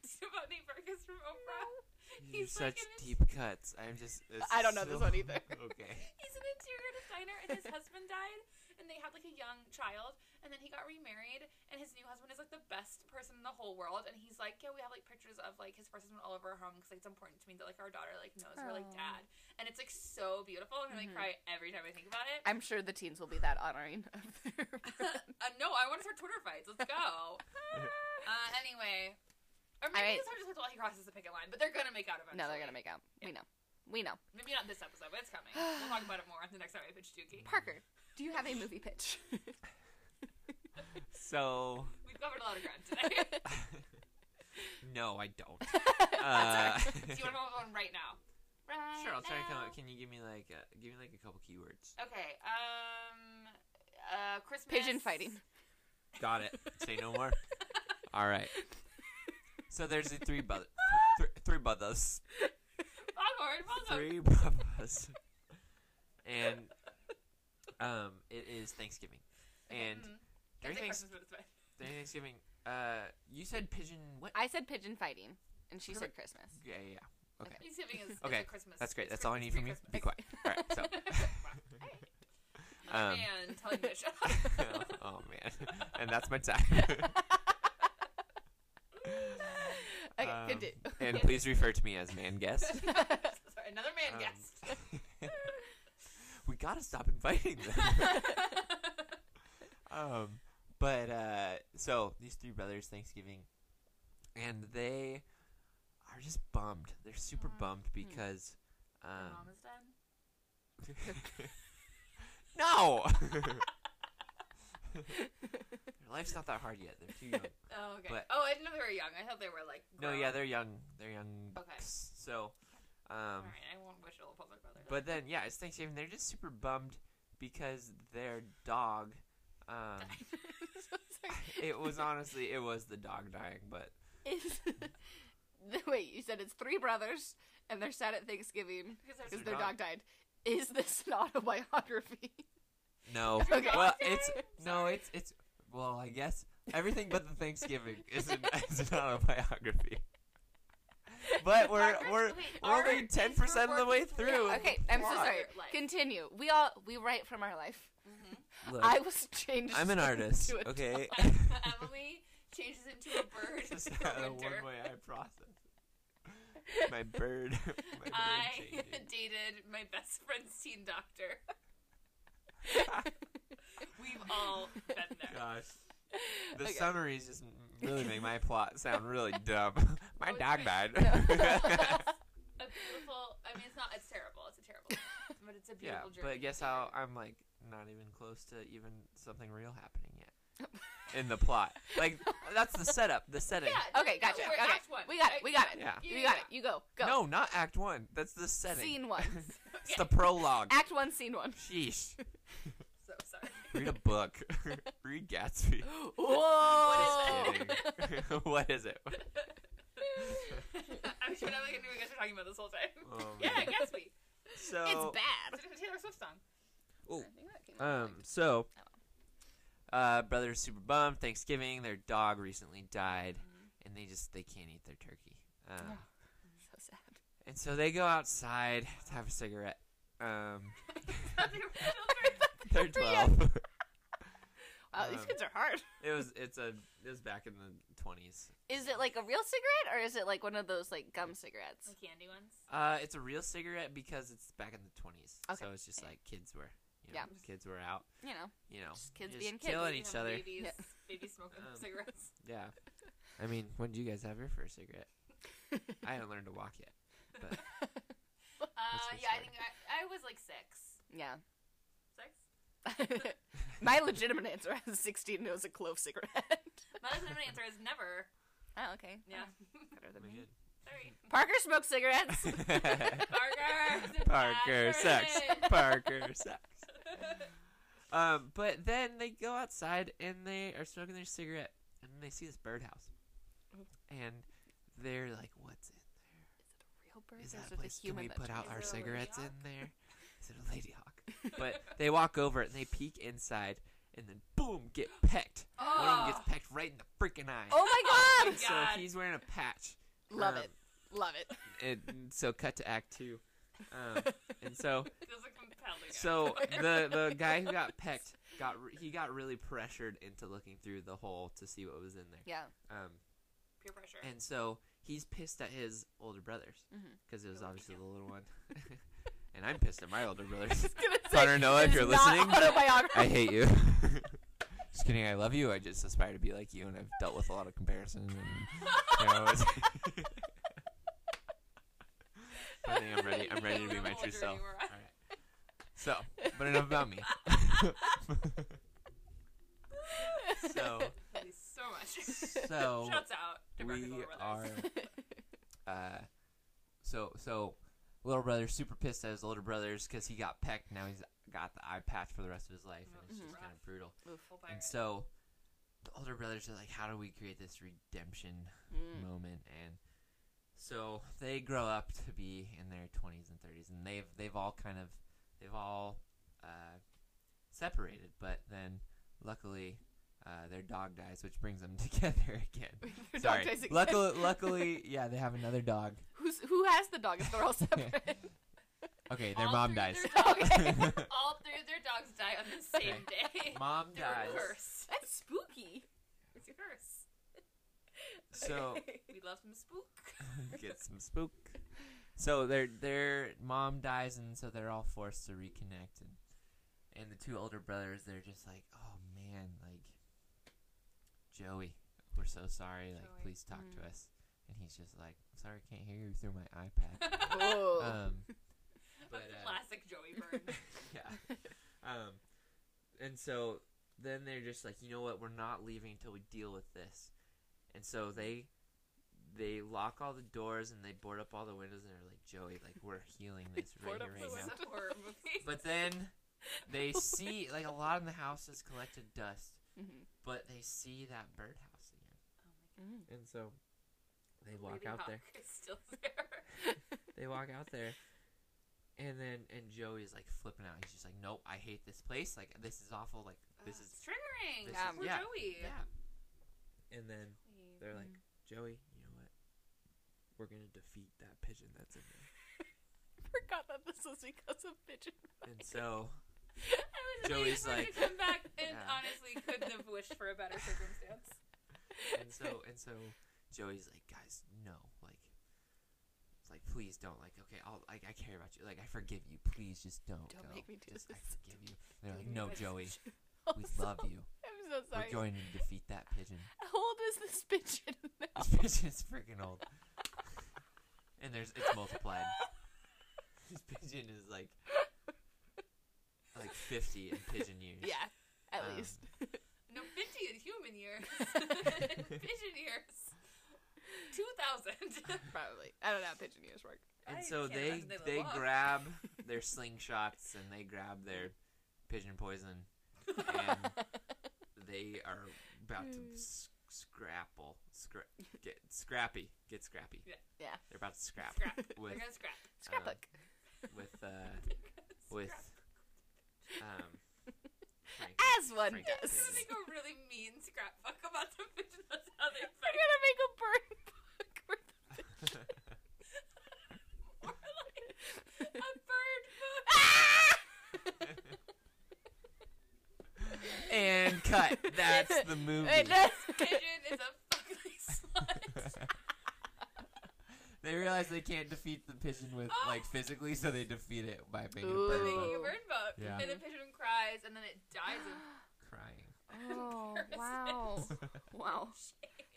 Do you know about Nate Burkus from Oprah? You're He's like such in his- deep cuts. I'm just. it's I don't know this so- one either. Okay. He's an interior designer, and his husband died, and they had like a young child, and then he got remarried, and his new husband is like the best person in the whole world, and he's like, yeah, we have like pictures of like his first husband all over our home because like, it's important to me that like our daughter like knows we're like Aw. Mm-hmm. dad, and it's like so beautiful, and I like cry every time I think about it. I'm sure the teens will be that honoring of their friend. uh, no, I want to start Twitter fights. Let's go. uh, anyway. Or All right. maybe it's hard just like while he crosses the picket line, but they're gonna make out eventually. No, they're gonna make out. We know. We know. Maybe not this episode, but it's coming. we'll talk about it more the next time I pitch Dookie. Parker, do you have a movie pitch? So We've covered a lot of ground today. no, I don't. I'm Uh, sorry. Do you want to come up with one right now? sure, I'll try to come up. Can you give me like uh, give me like a couple keywords? Okay. Um. Uh. Christmas. Pigeon fighting. Got it. Say no more. All right. So there's the three brothers. Th- three brothers. Foghorn. Foghorn. Three brothers. And um, it is Thanksgiving. And Mm. Mhm. Can't during, say Thanks- Christmas, but it's fine. during Thanksgiving, uh, you said pigeon. What? I said pigeon fighting, and she said Christmas. Yeah, yeah, yeah. Okay. Thanksgiving is, is Okay, a Christmas. That's great. it's That's all I need Christmas from you. Be pre-Christmas. quiet. All right. So. Oh, Um, man, telling me to shut up. oh man. And that's my time. Okay, Um, continue. and please refer to me as man guest. Sorry, another man Um, guest. we gotta stop inviting them. um, but uh, so these three brothers, Thanksgiving, and they are just bummed. They're super bummed because. Your Um, Mm-hmm. mom is dead. no. Their life's not that hard yet. They're too young. Oh, okay. but- oh, I didn't know they were young. I thought they were like. No, grown. yeah, they're young. They're young. Okay. bucks. So, um, All right, I won't wish all public brother. but then yeah, it's Thanksgiving. They're just super bummed because their dog. Um, So sorry. it was honestly, it was the dog dying, but Is- Wait, you said it's three brothers, and they're sad at Thanksgiving because there's because their their dog. dog died. Is this an autobiography? no. Okay. Well, it's no, it's it's. Well, I guess everything but the Thanksgiving is an, is an autobiography. But we're Parker's- we're wait, we're our- only these ten percent of were the way working through- through. Okay, I'm so Fuck. sorry. Life. Continue. We all we write from our life. Look, I was changed. I'm an artist. to a Okay. Emily changes into a bird Just in had a the one winter. way eye process. My bird. My bird I changing. dated my best friend's teen doctor. We've all been there. Gosh. The Okay. summary is just really make my plot sound really dumb. My Oh, dog it's died. great. No. a beautiful. I mean, it's not. It's terrible. It's a terrible. song, But it's a yeah, beautiful journey. but guess how I'm like not even close to even something real happening yet in the plot. Like that's the setup, the setting. Yeah. Okay, don't- don't gotcha. worry, Okay. act one. We got it. Right? We got it. Yeah. You got it. You go. Go. No, not Act One. That's the setting. Scene one. it's the prologue. Act one, scene one. Sheesh. So sorry. Read a book. Read Gatsby. Whoa. Kidding. what is it? I'm sure not like I knew what you guys were talking about this whole time. Um, yeah, Gatsby. So It's bad. It's a Taylor Swift song. I Ooh. think that came out Um, so, uh, brother's super bummed. Thanksgiving, their dog recently died, Mm-hmm. and they just they can't eat their turkey. Um, so sad. and so they go outside to have a cigarette. Um, they're twelve. Wow, Oh, these Um, kids are hard. it was it's a it was back in the twenties. Is it like a real cigarette or is it like one of those like gum cigarettes? The candy ones. Uh, it's a real cigarette because it's back in the twenties. Okay. So it's just like kids were, you know, Yeah. kids were out, You know, you know, Just kids just being kids, killing you each other. Babies, Yeah. babies smoking Um, cigarettes. Yeah. I mean, when did you guys have your first cigarette? I haven't learned to walk yet. Uh, your yeah, I story? think I, I was like six. yeah. Six. My legitimate answer at 16 was a clove cigarette. My legitimate answer is never. Oh, okay. Yeah. Better than We me. did. Sorry. Parker smokes cigarettes. Parker. Parker That's sucks. right. Parker sucks. Um, but then they go outside and they are smoking their cigarette and they see this birdhouse. And they're like, what's in there? Real bird Is or that it a place? Can we that put out Is our it a lady cigarettes in hawk? there? Is it a lady hawk? but they walk over it and they peek inside and then boom, get pecked. One of them gets Oh. pecked right in the freaking eye. Oh my god! my so God. he's wearing a patch. Love Um, it. Love it. And so cut to act two. Um, and so This is a compelling. so the the guy who got pecked got re- he got really pressured into looking through the hole to see what was in there. Yeah. Um, peer pressure. and so he's pissed at his older brothers Mhm. because it was Oh, obviously yeah. the little one. and I'm pissed at my older brothers. gonna Connor Noah, it if is you're not listening, autobiographical. I hate you. just kidding. I love you. I just aspire to be like you, and I've dealt with a lot of comparisons. And, you know, it's- I think I'm ready. I'm ready to be my true self. All right. So, but enough about me. so, Thank you so much. so Shouts out to we Practical are. Brothers. Uh, so so, little brother's super pissed at his older brothers because he got pecked. Now he's got the eye patch for the rest of his life, and it's just Mhm. kind of brutal. Full And pirate. so the older brothers are like, how do we create this redemption Mm. moment? And so they grow up to be in their 20s and 30s, and they've they've all kind of they've all uh, separated. But then luckily. Uh, their dog dies, which brings them together again. Their dog Sorry. dies again. Luckily, luckily, yeah, they have another dog. Who's, who has the dog if they're all separate? Okay, their All mom three dies. of their dogs- okay. all three of their dogs die on the same day. mom They're dies. cursed. That's spooky. It's a curse. So We love some spook. get some spook. So their their mom dies, and so they're all forced to reconnect. And and the two older brothers, they're just like, oh man, like Joey, we're so sorry. Like, Joey. please talk to Mm. us. And he's just like, sorry, I can't hear you through my iPad. Whoa. um, but, A uh, classic Joey Byrne. yeah. Um, and so then they're just like, you know what? We're not leaving until we deal with this. And so they they lock all the doors and they board up all the windows and they're like, Joey, like we're healing this right board here, up right This now. is a horror movie. But then they see like a lot in the house has collected dust, Mhm. but they see that birdhouse again, Mm. and so they walk Lady out Hawk there. is still there. They walk out there, and then and Joey's like flipping out. He's just like, "Nope, I hate this place. Like this is awful. Like this Ugh, is it's triggering. this yeah. is- Poor yeah, Joey. yeah." And then Please. they're like, Mm-hmm. "Joey, you know what? We're gonna defeat that pigeon that's in there." Forgot that this was because of pigeon. And so I was Joey's like- waiting for him to come back, and Yeah. honestly, couldn't have wished for a better circumstance. and so and so Joey's like, "Guys, no. Like it's like please don't. Like okay, I'll like I care about you. Like I forgive you. Please just don't. Don't go. make me do just, I this. forgive you." And they're Don't make like, "No, me do Joey. this." We Also, love you." I was so sorry. We're going to defeat that pigeon. How old is this pigeon now? This pigeon's freaking old. and there's it's multiplied. This pigeon is like like 50 in pigeon years. Yeah, at Um, least. No, 50 in human years. Pigeon years. 2,000. Probably. I don't know how pigeon years work. I And so can't they imagine they would they walk. grab their slingshots and they grab their pigeon poison and they are about Hmm. to s- scrapple, scra- get scrappy, get scrappy. Yeah. Yeah. They're about to scrap, Scrap. with They're gonna scrap. Scrapbook. with uh, with um. Frank. As one Frank does. They're Yes. gonna make a really mean scrapbook about the pigeon. That's how they We're fight. gonna make a burn book. with Or like a bird book. and cut. That's the movie. Wait, no. Pigeon is a fucking slut. they realize they can't defeat the pigeon with Oh. like physically, so they defeat it by making a Ooh. bird Making book a bird book. Yeah. And the pigeon cries and then it dies of crying. Oh, wow. Embarrassing. Wow.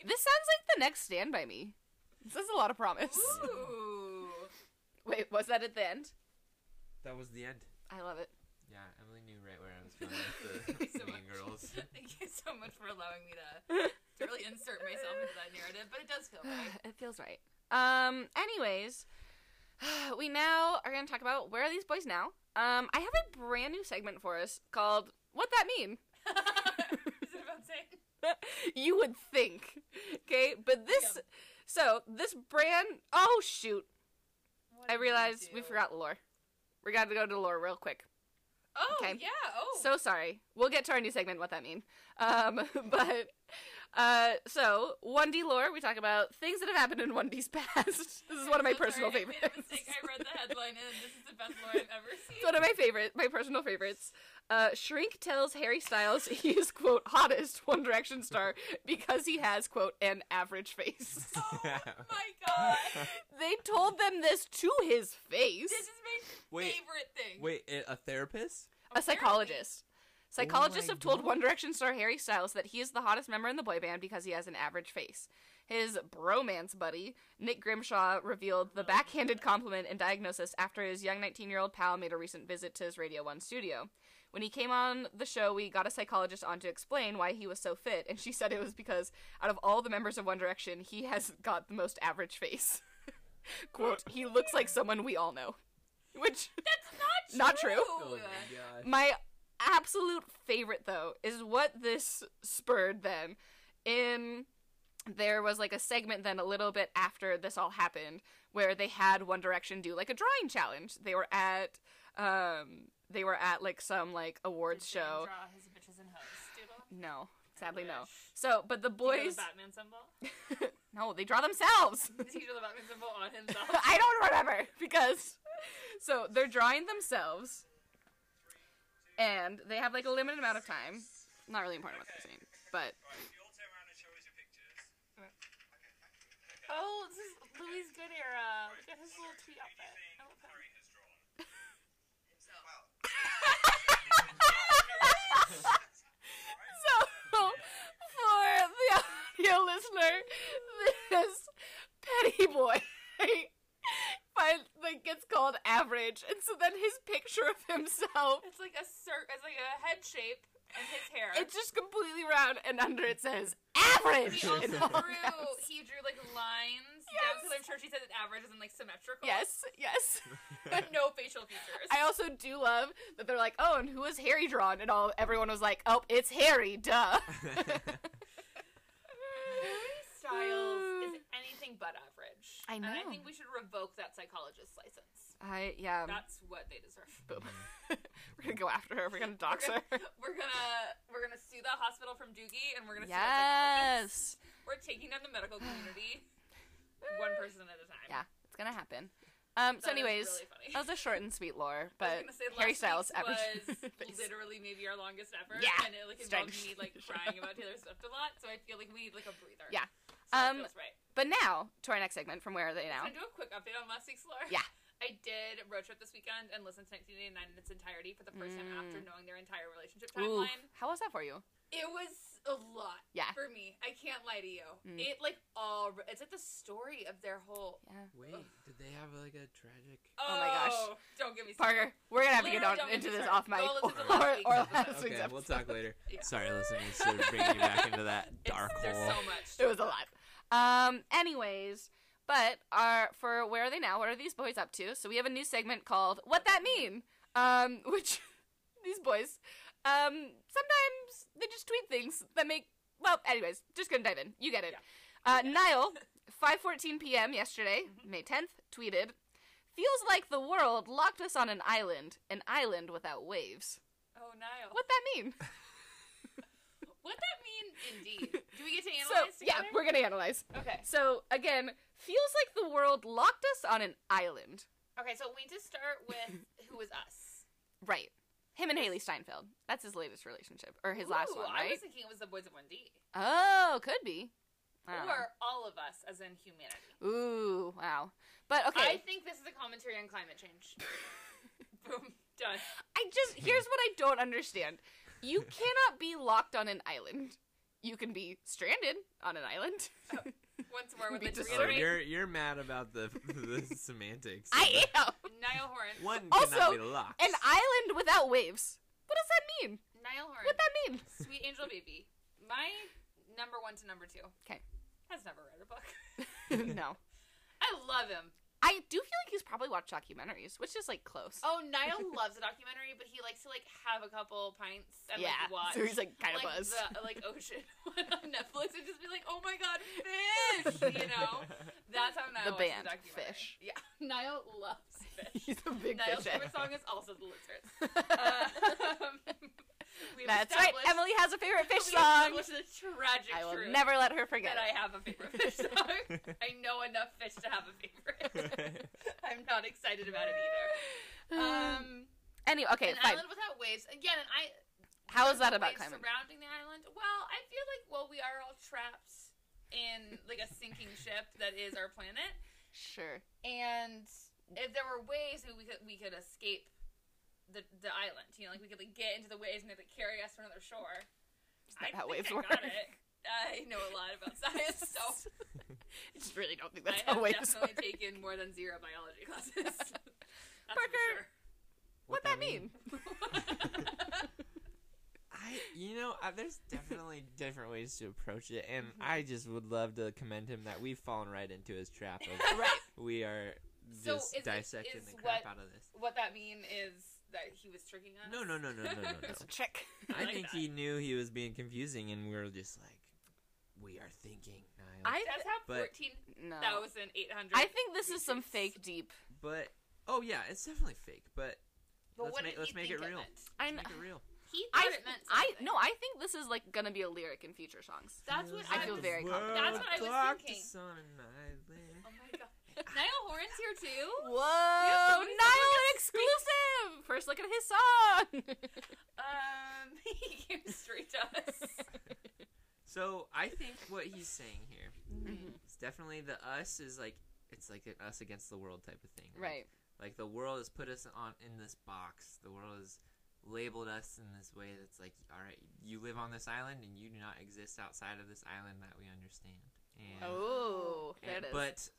This sounds like the next Stand By Me. This is a lot of promise. Ooh. Wait, was that at the end? That was the end. I love it. Yeah, Emily knew right where I was going with the So Mean much. Girls. Thank you so much for allowing me to, to really insert myself into that narrative, but it does feel right. It feels right. Um, anyways, we now are going to talk about where are these boys now? Um, I have a brand new segment for us called What That Mean? Is it about saying? you would think. Okay, but this. So, this brand. Oh, shoot. What I did we realized we do? forgot lore. We got to go to lore real quick. Oh Okay. yeah. Oh. So sorry. We'll get to our new segment, what that mean. Um, but uh, so 1D lore, we talk about things that have happened in 1D's past. This is one of my I'm so personal sorry, I, made a favorites. mistake. I read the headline and this is the best lore I've ever seen. It's one of my favorite, my personal favorites. Uh, Shrink tells Harry Styles he is quote hottest One Direction star because he has quote an average face. Oh my god. they told them this to his face. This is my Wait. favorite thing. Wait, a- a therapist? a psychologist. Psychologists my have told God. One Direction star Harry Styles that he is the hottest member in the boy band because he has an average face. His bromance buddy, Nick Grimshaw, revealed the backhanded compliment and diagnosis after his young 19 year old pal made a recent visit to his Radio 1 studio. When he came on the show, we got a psychologist on to explain why he was so fit, and she said it was because out of all the members of One Direction, he has got the most average face. Quote, he looks like someone we all know. Which. That's Not not true. true. Oh my god. My absolute favorite though is what this spurred then in there was like a segment then a little bit after this all happened where they had One Direction do like a drawing challenge. They were at um they were at like some like awards show. Draw his bitches and hoes. Doodle. No, sadly no. wish. So, but the Doodle boys the Batman symbol. no, they draw themselves. Does he draw the Batman symbol on himself? I don't remember because so they're drawing themselves, and they have like a limited amount of time. Not really important what they're saying, but Oh, this is Louis Good era. Look at his little tweet outfit. I love that. so for the audio listener, this petty boy. Find, like gets called average, and so then his picture of himself It's like a cir- It's like a head shape and his hair. it's just completely round, and under it says average. he also in all drew. caps. He drew like lines. Yes. Because I'm sure she said it average isn't like symmetrical. Yes, yes. But no facial features. I also do love that they're like, oh, and who is Harry drawn? And all everyone was like, oh, it's Harry, duh. Harry Styles is anything but average. I And I know. think we should revoke that psychologist's license. I yeah. That's what they deserve. Boom. we're gonna go after her. We're gonna dox her. We're gonna we're gonna sue the hospital from Doogie, and we're gonna sue that psychologist. yes. We're taking down the medical community, one person at a time. Yeah, it's gonna happen. Um. so, That is anyways, really funny. that was a short and sweet lore, I was but gonna say, Harry Styles last week's average. was face. literally maybe our longest effort. Yeah. and it like Strength. involved me like crying about Taylor Swift a lot, so I feel like we need like a breather. Yeah. so that Um, feels right. but now to our next segment. From where are they now? Can I do a quick update on last week's lore? Yeah. I did road trip this weekend Mm. and listened to 1989 in its entirety for the first time after knowing their entire relationship Ooh, timeline. how was that for you? It was a lot Yeah. for me. I can't lie to you. Mm. It like all it's like the story of their whole. Yeah. Wait, did they have like a tragic? Oh my gosh. Oh, Don't get me started. Parker, we're gonna have to get Literally on don't into this get me off started. mic Go or, listen to last week's or episode. last week's okay, we'll episode. talk later. Yeah. Sorry, listeners, to bring you back into that It's- dark There's hole. so much. It was a lot. Um. Anyways, but our for where are they now? What are these boys up to? So we have a new segment called "What That Mean," um, which these boys, um, sometimes they just tweet things that make. Well, anyways, just gonna dive in. You get it. Uh, Niall, 5:14 p.m. yesterday, Mm-hmm. May 10th, tweeted, "Feels like the world locked us on an island, an island without waves." Oh, Niall. What What that mean? what that mean? Indeed. Do we get to so analyze yeah, together? we're gonna analyze. okay. So again, feels like the world locked us on an island. Okay, so we need to start with who was us. Right. Him and Haley Steinfeld. That's his latest relationship or his last Ooh, one, I right? was thinking it was the boys of 1D. Oh, could be. Oh. I don't know. Or all of us, as in humanity. Ooh, wow. But okay, I think this is a commentary on climate change. Boom. Done. I just here's what I don't understand. You cannot be locked on an island. You can be stranded on an island. Once more with Be the just- Oh, Sorry. reiterate. you're you're mad about the the semantics. I am. Niall Horan. One Also, cannot be locked. An island without waves. What does that mean? Niall Horan. What that mean? Sweet Angel Baby. My number one to number two. 'Kay. Has never read a book. no. I love him. I do feel like he's probably watched documentaries, which is like close. Oh, Niall loves a documentary, but he likes to like have a couple pints and yeah. like watch. So he's like kind of like buzzed. the like ocean one on Netflix and just be like, oh my god, fish! You know, that's how The Niall watches band, documentary. Fish. Yeah, Niall loves fish. He's a big Niall's fish head. favorite song is also the lizards. Um, we've That's right. established- Emily has a favorite we've fish song. established the tragic I will truth never let her forget. that I it. have a favorite fish song. I know enough fish to have a favorite. I'm not excited about it either. Um, anyway, okay, an fine. island without waves. Again, and I How is there's that no about waves climate? surrounding the island? Well, I feel like well we are all trapped in like a sinking ship that is our planet, Sure. and if there were waves, maybe we could we could escape the the island. You know, like we could like get into the waves and they'd like carry us to another shore. Is that I how think waves I work? Got it. I know a lot about science, so I just really don't think I that's have how waves definitely work. taken more than zero biology classes. That's for Parker. sure. What that mean? I You know, uh, there's definitely different ways to approach it, and Mm-hmm. I just would love to commend him that we've fallen right into his trap of Right. we are So just is it- dissecting is the crap what- out of this. what that mean is that he was tricking us. No, no, no, no, no, no, no. It's a trick. I like think that. he knew he was being confusing, and we were just like, we are thinking, Niall. I That's how But- fourteen no. thousand eight hundred. I think this is some fake deep. But oh yeah, it's definitely fake. But But let's what make did let's he make it think real. meant? I kn- Let's make it real. He I, thought it meant I something. no, I think this is like gonna be a lyric in future songs. That's what I I, feel was- very World confident. That's what I was dark to thinking. sun and night. Oh my god, Niall Horan's here too. Whoa, so Niall many an exclusive. First look at his song. Um, he came straight to us. So I think what he's saying here Mm-hmm. is definitely the us is like it's like an us against the world type of thing. Like- right. Like the world has put us on in this box. The world has labeled us in this way that's like, all right, you live on this island and you do not exist outside of this island that we understand. And Oh, there it And- is. But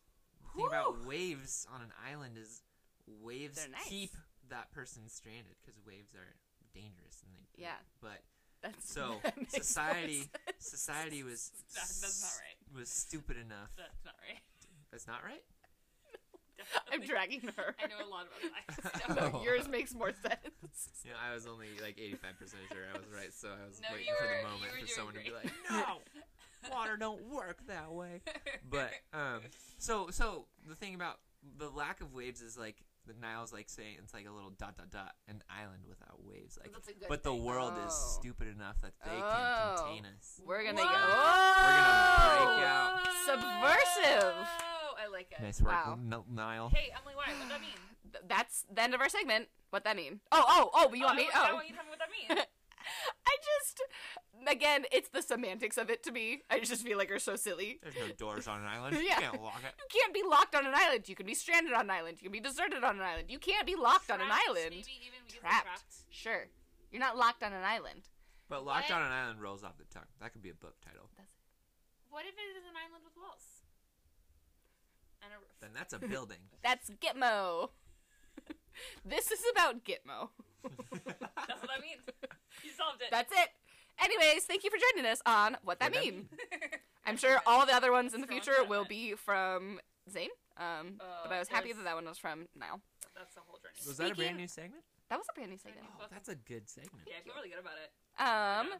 the thing about waves on an island is waves They're nice. keep that person stranded because waves are dangerous and they Yeah. But That's so that makes more society sense. society was That- that's not s- right. Was stupid enough. That's not right. That's not right. I'm Definitely. dragging her. I know a lot about that. No. No, yours makes more sense. You know, I was only like eighty five percent sure I was right, so I was No, waiting you for were- the you moment were for doing someone to be great. like, "No, water don't work that way." But um, so so the thing about the lack of waves is like the Nile's like saying it's like a little dot dot dot an island without waves, like. That's a good But the thing. world is Oh. stupid enough that they Oh. can contain us. We're gonna Whoa! go. gonna break out. Subversive. Oh, I like it. Nice work, Wow. N- Nile. Hey, Emily, why? What that mean? Th- That's the end of our segment. What that mean? Oh, oh, oh! But you oh, want I me? want- I Oh, want you to tell me what that means. I just again, it's the semantics of it to me. I just feel like are so silly. There's no doors on an island. Yeah. You can't lock it. You can't be locked on an island. You can be stranded on an island. You can be deserted on an island. You can't be locked on an Trapped, island. Maybe even we could say Trapped. trapped. Sure, you're not locked on an island. But Locked What? on an Island rolls off the tongue. That could be a book title. What if it is an island with walls? And a roof. Then that's a building. That's Gitmo. this is about Gitmo. That's what I mean. You solved it. That's it. Anyways, thank you for joining us on What That What That Mean. I'm sure all the other ones in the Strong future will commitment. be from Zane, um, but I Oh, was happy yes. that that one was from Niall. That's the whole journey. Was that a Speaking- brand new segment? That was a brand new segment. Oh, that's a good segment. Yeah, I feel really good about it. Um, Yeah.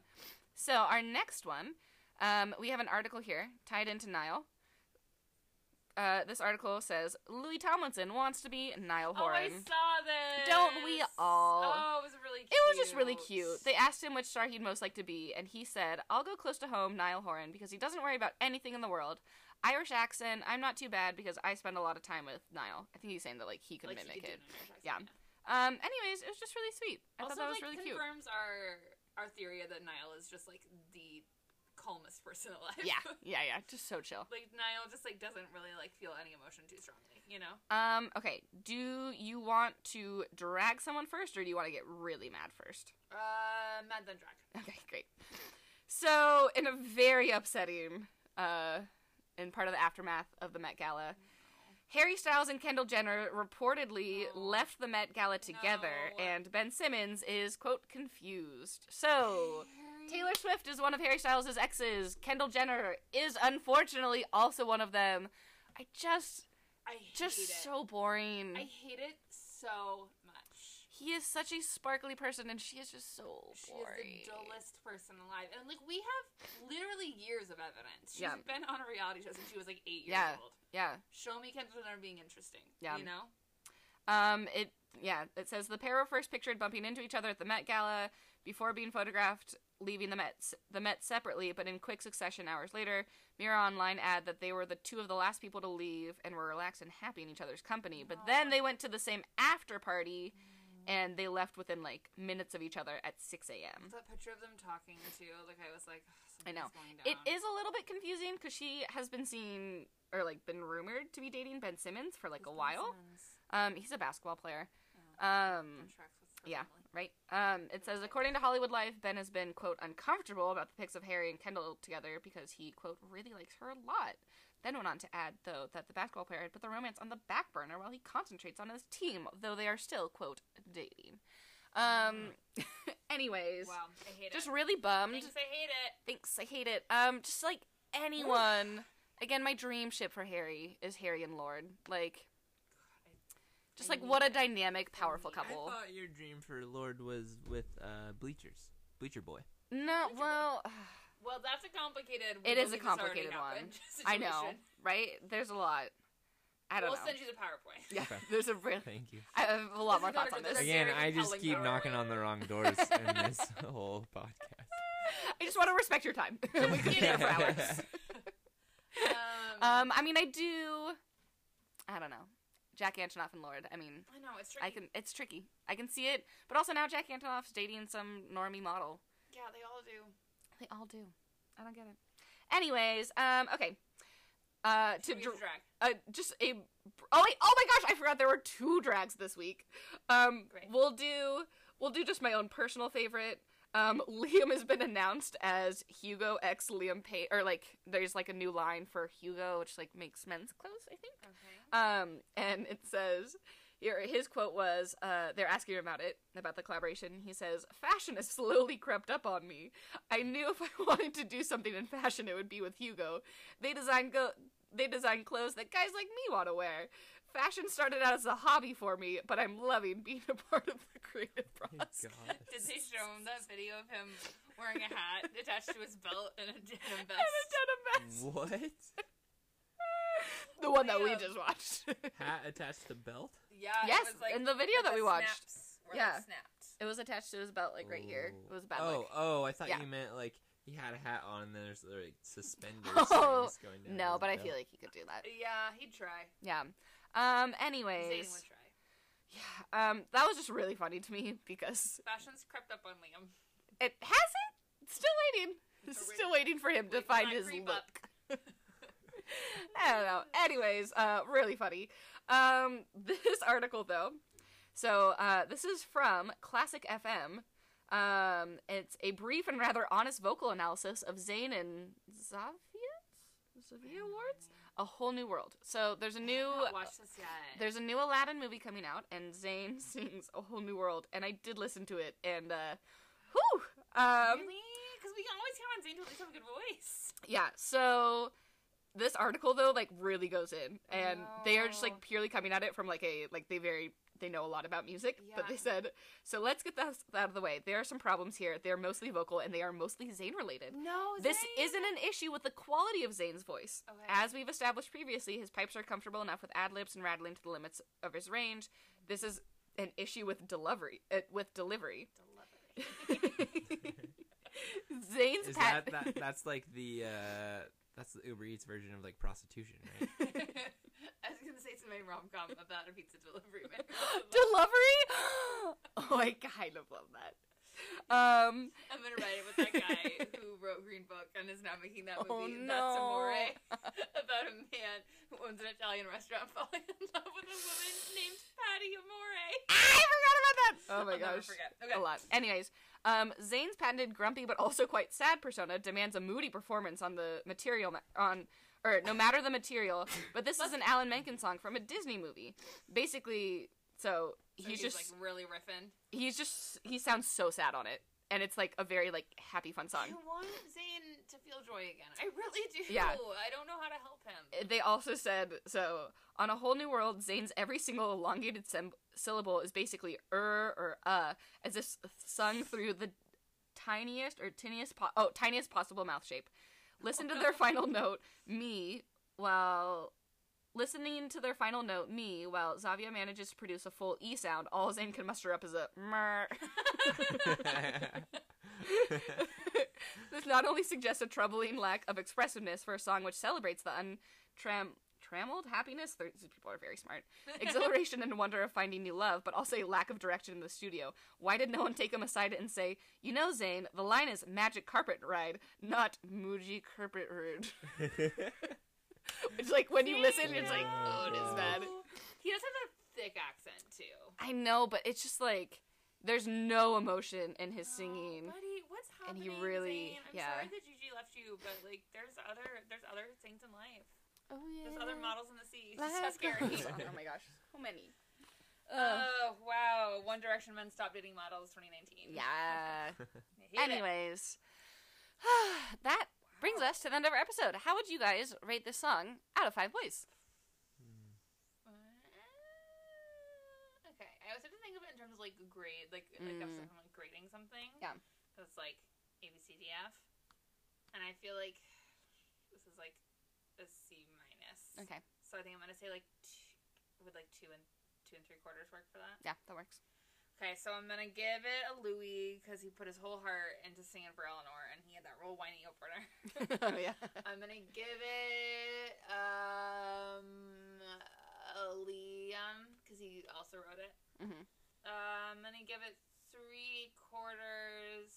so our next one, um, we have an article here tied into Niall. Uh, this article says Louis Tomlinson wants to be Niall Oh, I Horan. saw this. Don't we all? Oh, it was really cute. It was just really cute. They asked him which star he'd most like to be, and he said, I'll go close to home, Niall Horan, because he doesn't worry about anything in the world. Irish accent, I'm not too bad because I spend a lot of time with Niall. I think he's saying that like he could Like, he mimic could do it. an Irish accent, Yeah. Um anyways, it was just really sweet. I also, thought that was like, really cute. confirms our our theory that Niall is just like the calmest person alive. Yeah. Yeah, yeah. Just so chill. like Niall just like doesn't really like feel any emotion too strongly, you know? Um, okay. Do you want to drag someone first or do you want to get really mad first? Uh, Mad Then Drag. Okay, great. So, in a very upsetting, uh, in part of the aftermath of the Met Gala, Harry Styles and Kendall Jenner reportedly No. left the Met Gala together, No. and Ben Simmons is, quote, confused. So, Taylor Swift is one of Harry Styles' exes. Kendall Jenner is unfortunately also one of them. I just, I hate just it. so boring. I hate it so much. he is such a sparkly person, and she is just so She boring. is the dullest person alive, and like we have literally years of evidence. She's Yeah. been on a reality show since she was like eight years Yeah. old. yeah. Show me Kendall Jenner being interesting. Yeah. you know. Um, it yeah, it says the pair were first pictured bumping into each other at the Met Gala before being photographed leaving the Met the Met separately, but in quick succession hours later. Mirror Online add that they were the two of the last people to leave and were relaxed and happy in each other's company. But then they went to the same after party, and they left within like minutes of each other at six a.m. That picture of them talking too, like I was like, I know. something's going It down. is a little bit confusing because she has been seen or like been rumored to be dating Ben Simmons for like a Those while. Simpsons. Um, he's a basketball player. Oh, Um. that tracks with Yeah, Family. right. Um, it says according to Hollywood Life, Ben has been quote uncomfortable about the pics of Harry and Kendall together because he quote really likes her a lot. Then went on to add though that the basketball player had put the romance on the back burner while he concentrates on his team, though they are still quote dating. Um, anyways, Wow, I hate just it. really bummed. Thanks, I hate it. Thanks, I hate it. Um, just like anyone. Again, my dream ship for Harry is Harry and Lord. Like, just like what a dynamic, powerful I couple. I thought your dream for Lord was with uh, Bleachers, Bleacher Boy. No, well. Well, that's a complicated. It we is a believe this already complicated one. happened I know, situation. right? There's a lot. I don't we'll know. send you the PowerPoint. yeah, Okay. there's a really. Thank you. I have a lot more This is thoughts on this. better Again, very I just compelling keep power. knocking on the wrong doors in this whole podcast. I just want to respect your time. we could be there for hours. Um, Um, I mean, I do. I don't know. Jack Antonoff and Lord. I mean, I know it's tricky. I can. It's tricky. I can see it, but also now Jack Antonoff's dating some normie model. Yeah, they all do. They all do. I don't get it. Anyways, um, okay. Uh, to Who dr- gets drag. uh, just a oh wait, oh my gosh, I forgot there were two drags this week. Um, Great. we'll do we'll do just my own personal favorite. Um, Liam has been announced as Hugo X Liam Payne, or like there's like a new line for Hugo, which like makes men's clothes, I think. Okay. Um, and it says here his quote was, uh, they're asking him about it, about the collaboration. He says, Fashion has slowly crept up on me. I knew if I wanted to do something in fashion it would be with Hugo. They design go they design clothes that guys like me want to wear. Fashion started out as a hobby for me, but I'm loving being a part of the creative process. God. Did they show him that video of him wearing a hat attached to his belt and a denim And vest? a denim vest. What? The one that we Liam. just watched. Hat attached to belt? Yeah. Yes, it was like in the video that we watched. Yeah. yeah. Snapped. it was attached to his belt like right here. Oh. It was a bad Oh, look. oh, I thought Yeah. you meant like he had a hat on and then there's like suspenders Oh, strings going down. No, his but I belt. feel like he could do that. Yeah, he'd try. Yeah. Um. Zane Anyways, would try. yeah. Um. That was just really funny to me because Fashion's crept up on Liam. it has it. Still waiting. Still waiting for him to Wait, find can I his creep look. up? I don't know. Anyways, uh, really funny. Um, this article though. So uh, this is from Classic FM. Um, it's a brief and rather honest vocal analysis of Zayn and Zavia, Zavia Awards, A Whole New World. So there's a new watch this yet. uh, there's a new Aladdin movie coming out, and Zayn sings A Whole New World, and I did listen to it, and uh, whew, um, really? Because we can always count on Zane to at least have a good voice. yeah. So this article though, like, really goes in, and they are just No. like purely coming at it from like a like they very they know a lot about music, but they Yeah. said so. Let's get this out of the way. There are some problems here. They're mostly vocal, and they are mostly Zayn related. No, This isn't an issue with the quality of Zayn's voice. Okay. As we've established previously, his pipes are comfortable enough with ad libs and rattling to the limits of his range. This is an issue with delivery. Uh, with delivery, Zayn's Is pat- that, that that's like the uh that's the Uber Eats version of like prostitution, right? I was gonna say something rom com about a pizza delivery man. delivery. oh, I kind of love that. Um, I'm gonna write it with that guy who wrote Green Book and is now making that Oh, movie That's Amore no. about a man who owns an Italian restaurant falling in love with a woman named Patty Amore. I forgot about that. Oh my I'll never gosh. forget. Okay. A lot. Anyways, um, Zayn's patented grumpy but also quite sad persona demands a moody performance on the material ma- on or no matter the material, but this is an Alan Menken song from a Disney movie. Basically, so So he's, just like really riffing. he's just he sounds so sad on it. And it's like a very like happy fun song. I want Zayn to feel joy again. I really do. Yeah. I don't know how to help him. they also said so on a whole new world zane's every single elongated sim- syllable is basically er or uh as if sung through the tiniest or tiniest po- oh tiniest possible mouth shape listen to their final note me while listening to their final note me while zavia manages to produce a full e sound all zane can muster up is a mer this not only suggests a troubling lack of expressiveness for a song which celebrates the untram trammeled happiness thir- these people are very smart exhilaration and wonder of finding new love but also a lack of direction in the studio why did no one take him aside and say you know zane the line is magic carpet ride not muji carpet rude it's like when you listen it's like oh it is bad He does have that thick accent too. i know but it's just like there's no emotion in his singing Oh, buddy, what's And he happening? really- Zayn? I'm yeah. sorry that Gigi left you, but like, there's other, there's other things in life. oh yeah There's other models in the sea. Let's That's go. scary. oh my gosh so many oh wow! One Direction men stopped dating models 2019. Yeah. I hate it. Anyways, that brings us to the end of our episode. How would you guys rate this song out of five boys? Uh, Okay, I always have to think of it in terms of like grade, like like Mm. if I'm like grading something. Yeah. Because it's like A B C D F, and I feel like this is like a C minus. Okay. So I think I'm gonna say like t- would like two and two and three quarters work for that. Yeah, that works. Okay, so I'm gonna give it a Louis because he put his whole heart into singing for Eleanor, and he had that real whiny opener. oh, yeah. I'm gonna give it um a Liam because he also wrote it. Mhm. Uh, I'm gonna give it three quarters.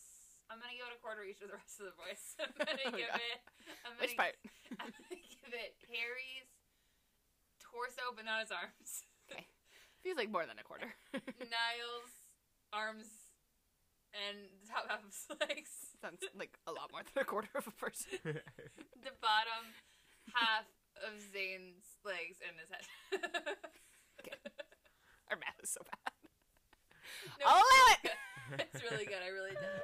I'm gonna give it a quarter each of the rest of the voice. I'm Oh gonna my give God. it. I'm gonna, Which part? I'm gonna give it Harry's torso, but not his arms. Feels like more than a quarter. Niles' arms and the top half of his legs. Sounds like a lot more than a quarter of a person. the bottom half of Zane's legs and his head. Our math is so bad. no, I'll allow it! it's really good. I really did it.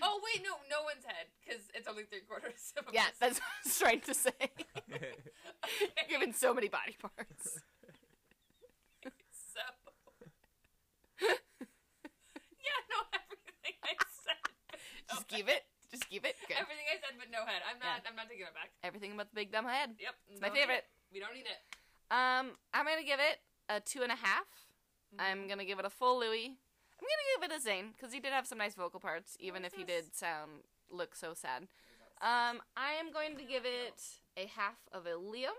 Oh wait, no, no one's head because it's only three quarters. Of a Yeah, person. that's what I was trying to say. Given so many body parts. so. yeah, no, everything I said. but no Just head. keep it. Just keep it. Good. Everything I said, but no head. I'm Yeah. not. I'm not taking it back. Everything about the big dumb head. Yep, It's my favorite. We don't need it. Um, I'm gonna give it a two and a half. I'm gonna give it a full Louis. I'm gonna give it a Zane because he did have some nice vocal parts, even if he did sound look so sad. Um, I am going to give it a half of a Liam.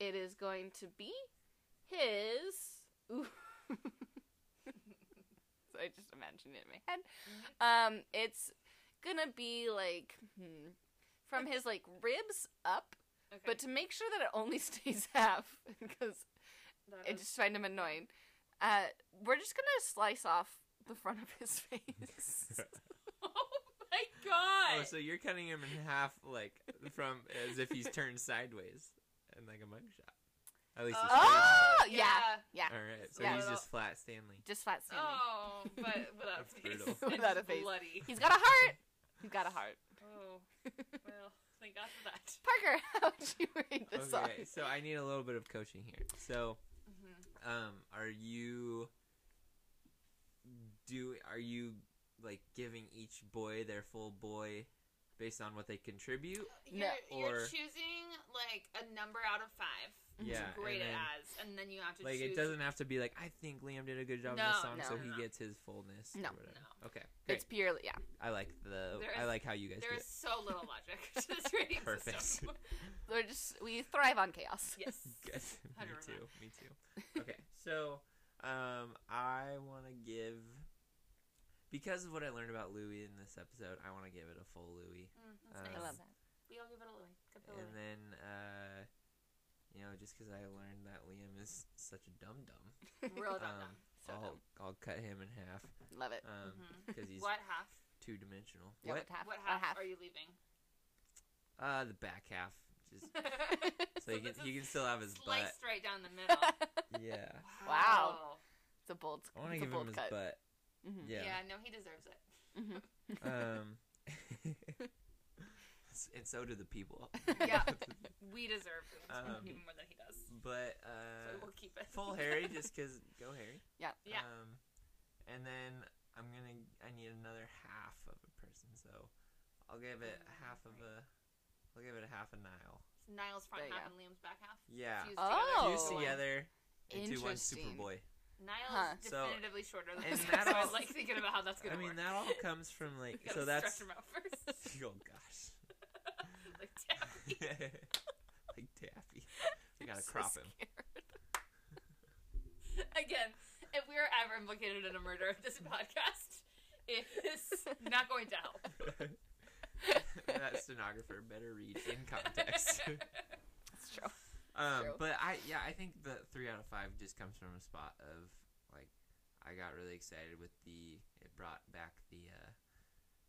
It is going to be his. Ooh. so I just imagined it in my head. Um, it's gonna be like hmm, from his like ribs up, Okay. Uh-huh. but to make sure that it only stays half, because That I is- just find him annoying. Uh, we're just gonna slice off the front of his face. Oh my god. Oh, so you're cutting him in half, like from as if he's turned sideways, and like a mugshot. At least he's oh yeah, yeah. Yeah. All right, so Yeah. he's just flat Stanley. Just flat Stanley. Oh, but without a That's face. brutal. And Without a just face. Bloody. He's got a heart. He's got a heart. Oh, well, thank God for that. Parker, how would you rate this song? Okay, so I need a little bit of coaching here. So, Mm-hmm. um, are you do are you like giving each boy their full boy based on what they contribute? You're, you're Or- choosing like a number out of five Mm-hmm. Yeah, to grade and it then- as, and then you have to Like it choose. doesn't have to be like I think Liam did a good job in No, this song, so no, he no. gets his fullness. or No. whatever. No. Okay, It's great. purely yeah. I like the There I is- like how you guys do There it. is so little logic to this rating Perfect. system. We're just we thrive on chaos. Yes. Good. me 100%. too. Me too. Okay, so um, I want to give because of what I learned about Louis in this episode, I want to give it a full Louis, Mm, Um, that's nice. I love that. We all give it a Louis. Good for and Louis. then uh, you know just because I learned that Liam is such a dum dum, Real dumb. um, So I'll dumb. I'll cut him in half Love it. because he's What half? two dimensional. Yeah, What? half? What What half, are you leaving? Uh, the back half, just so, he can this he is can still have his butt. sliced right down the middle. Yeah, Wow. It's a bold. I want to it's a give him bold his cut. butt. Mhm. Yeah. yeah. no, he deserves it. Mhm. Um, s- and so do the people. Yeah. We deserve it Um, even more than he does. but So uh, we'll keep it. full Harry, just cause go Harry. Yeah. Yeah. Um, and then I'm gonna. I need another half of a person, so I'll give it Oh a half of a. I'll give it a half a Nile. It's Niall's front There you half go. and Liam's back half. Yeah. Fused Oh. Fused Together. together into one Interesting. Superboy. Niall's Huh. So- definitively shorter than and us, that so I all- like thinking about how that's I gonna mean, work. that all comes from like. Gotta so that's. stretch him out first. Oh gosh. like, damn. like Daffy. We I'm gotta so crop him. scared. Again, if we are ever implicated in a murder of this podcast, it is not going to help. that stenographer better read in context. It's true. um, True. but I yeah, I think the three out of five just comes from a spot of like I got really excited with the it brought back the uh,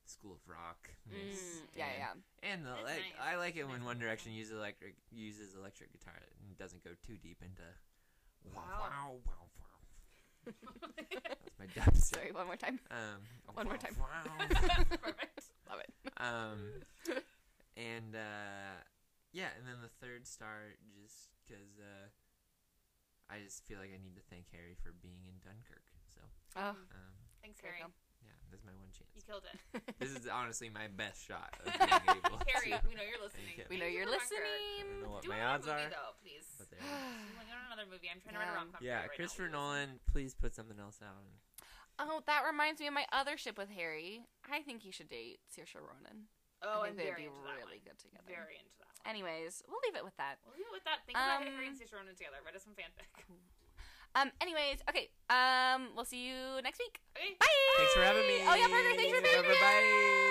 School of Rock. Mm, yeah, yeah. And the That's like, nice. I like it when Nice One little Direction uses electric uses electric guitar and doesn't go too deep into. Wow, wow, Wow. wow, That's my dub set. Sorry, one more time. Um, One more time. wow. Perfect. Love it. Um, and uh, yeah, and then the third star, just because uh, I just feel like I need to thank Harry for being in Dunkirk. So Oh, um, Thanks, There you Harry. go. yeah, this is my one You chance. killed it. This is honestly my best shot of being able to. Harry, I we know you're listening. you. we know Thank you're listening. don't know what you for Dunkirk. Do my another odds movie, are, though, please. but there. it is. I'm like, I don't know another movie. I'm trying to run Yeah. a rom com. Yeah, right Christopher now. Nolan, please put something else out. oh, that reminds me of my other ship with Harry. I think he should date Saoirse Ronan. I Oh, and think they'd be very into that really one. good together. Very into that one. Anyways, we'll leave it with that. We'll leave it with that. Think about Um, Harry and Saoirse Ronan together. Write us some fanfic. Um. Anyways, okay. Um. We'll see you next week. Okay. Bye. Thanks for having me. Oh yeah, Parker. Thanks for being here. Bye bye.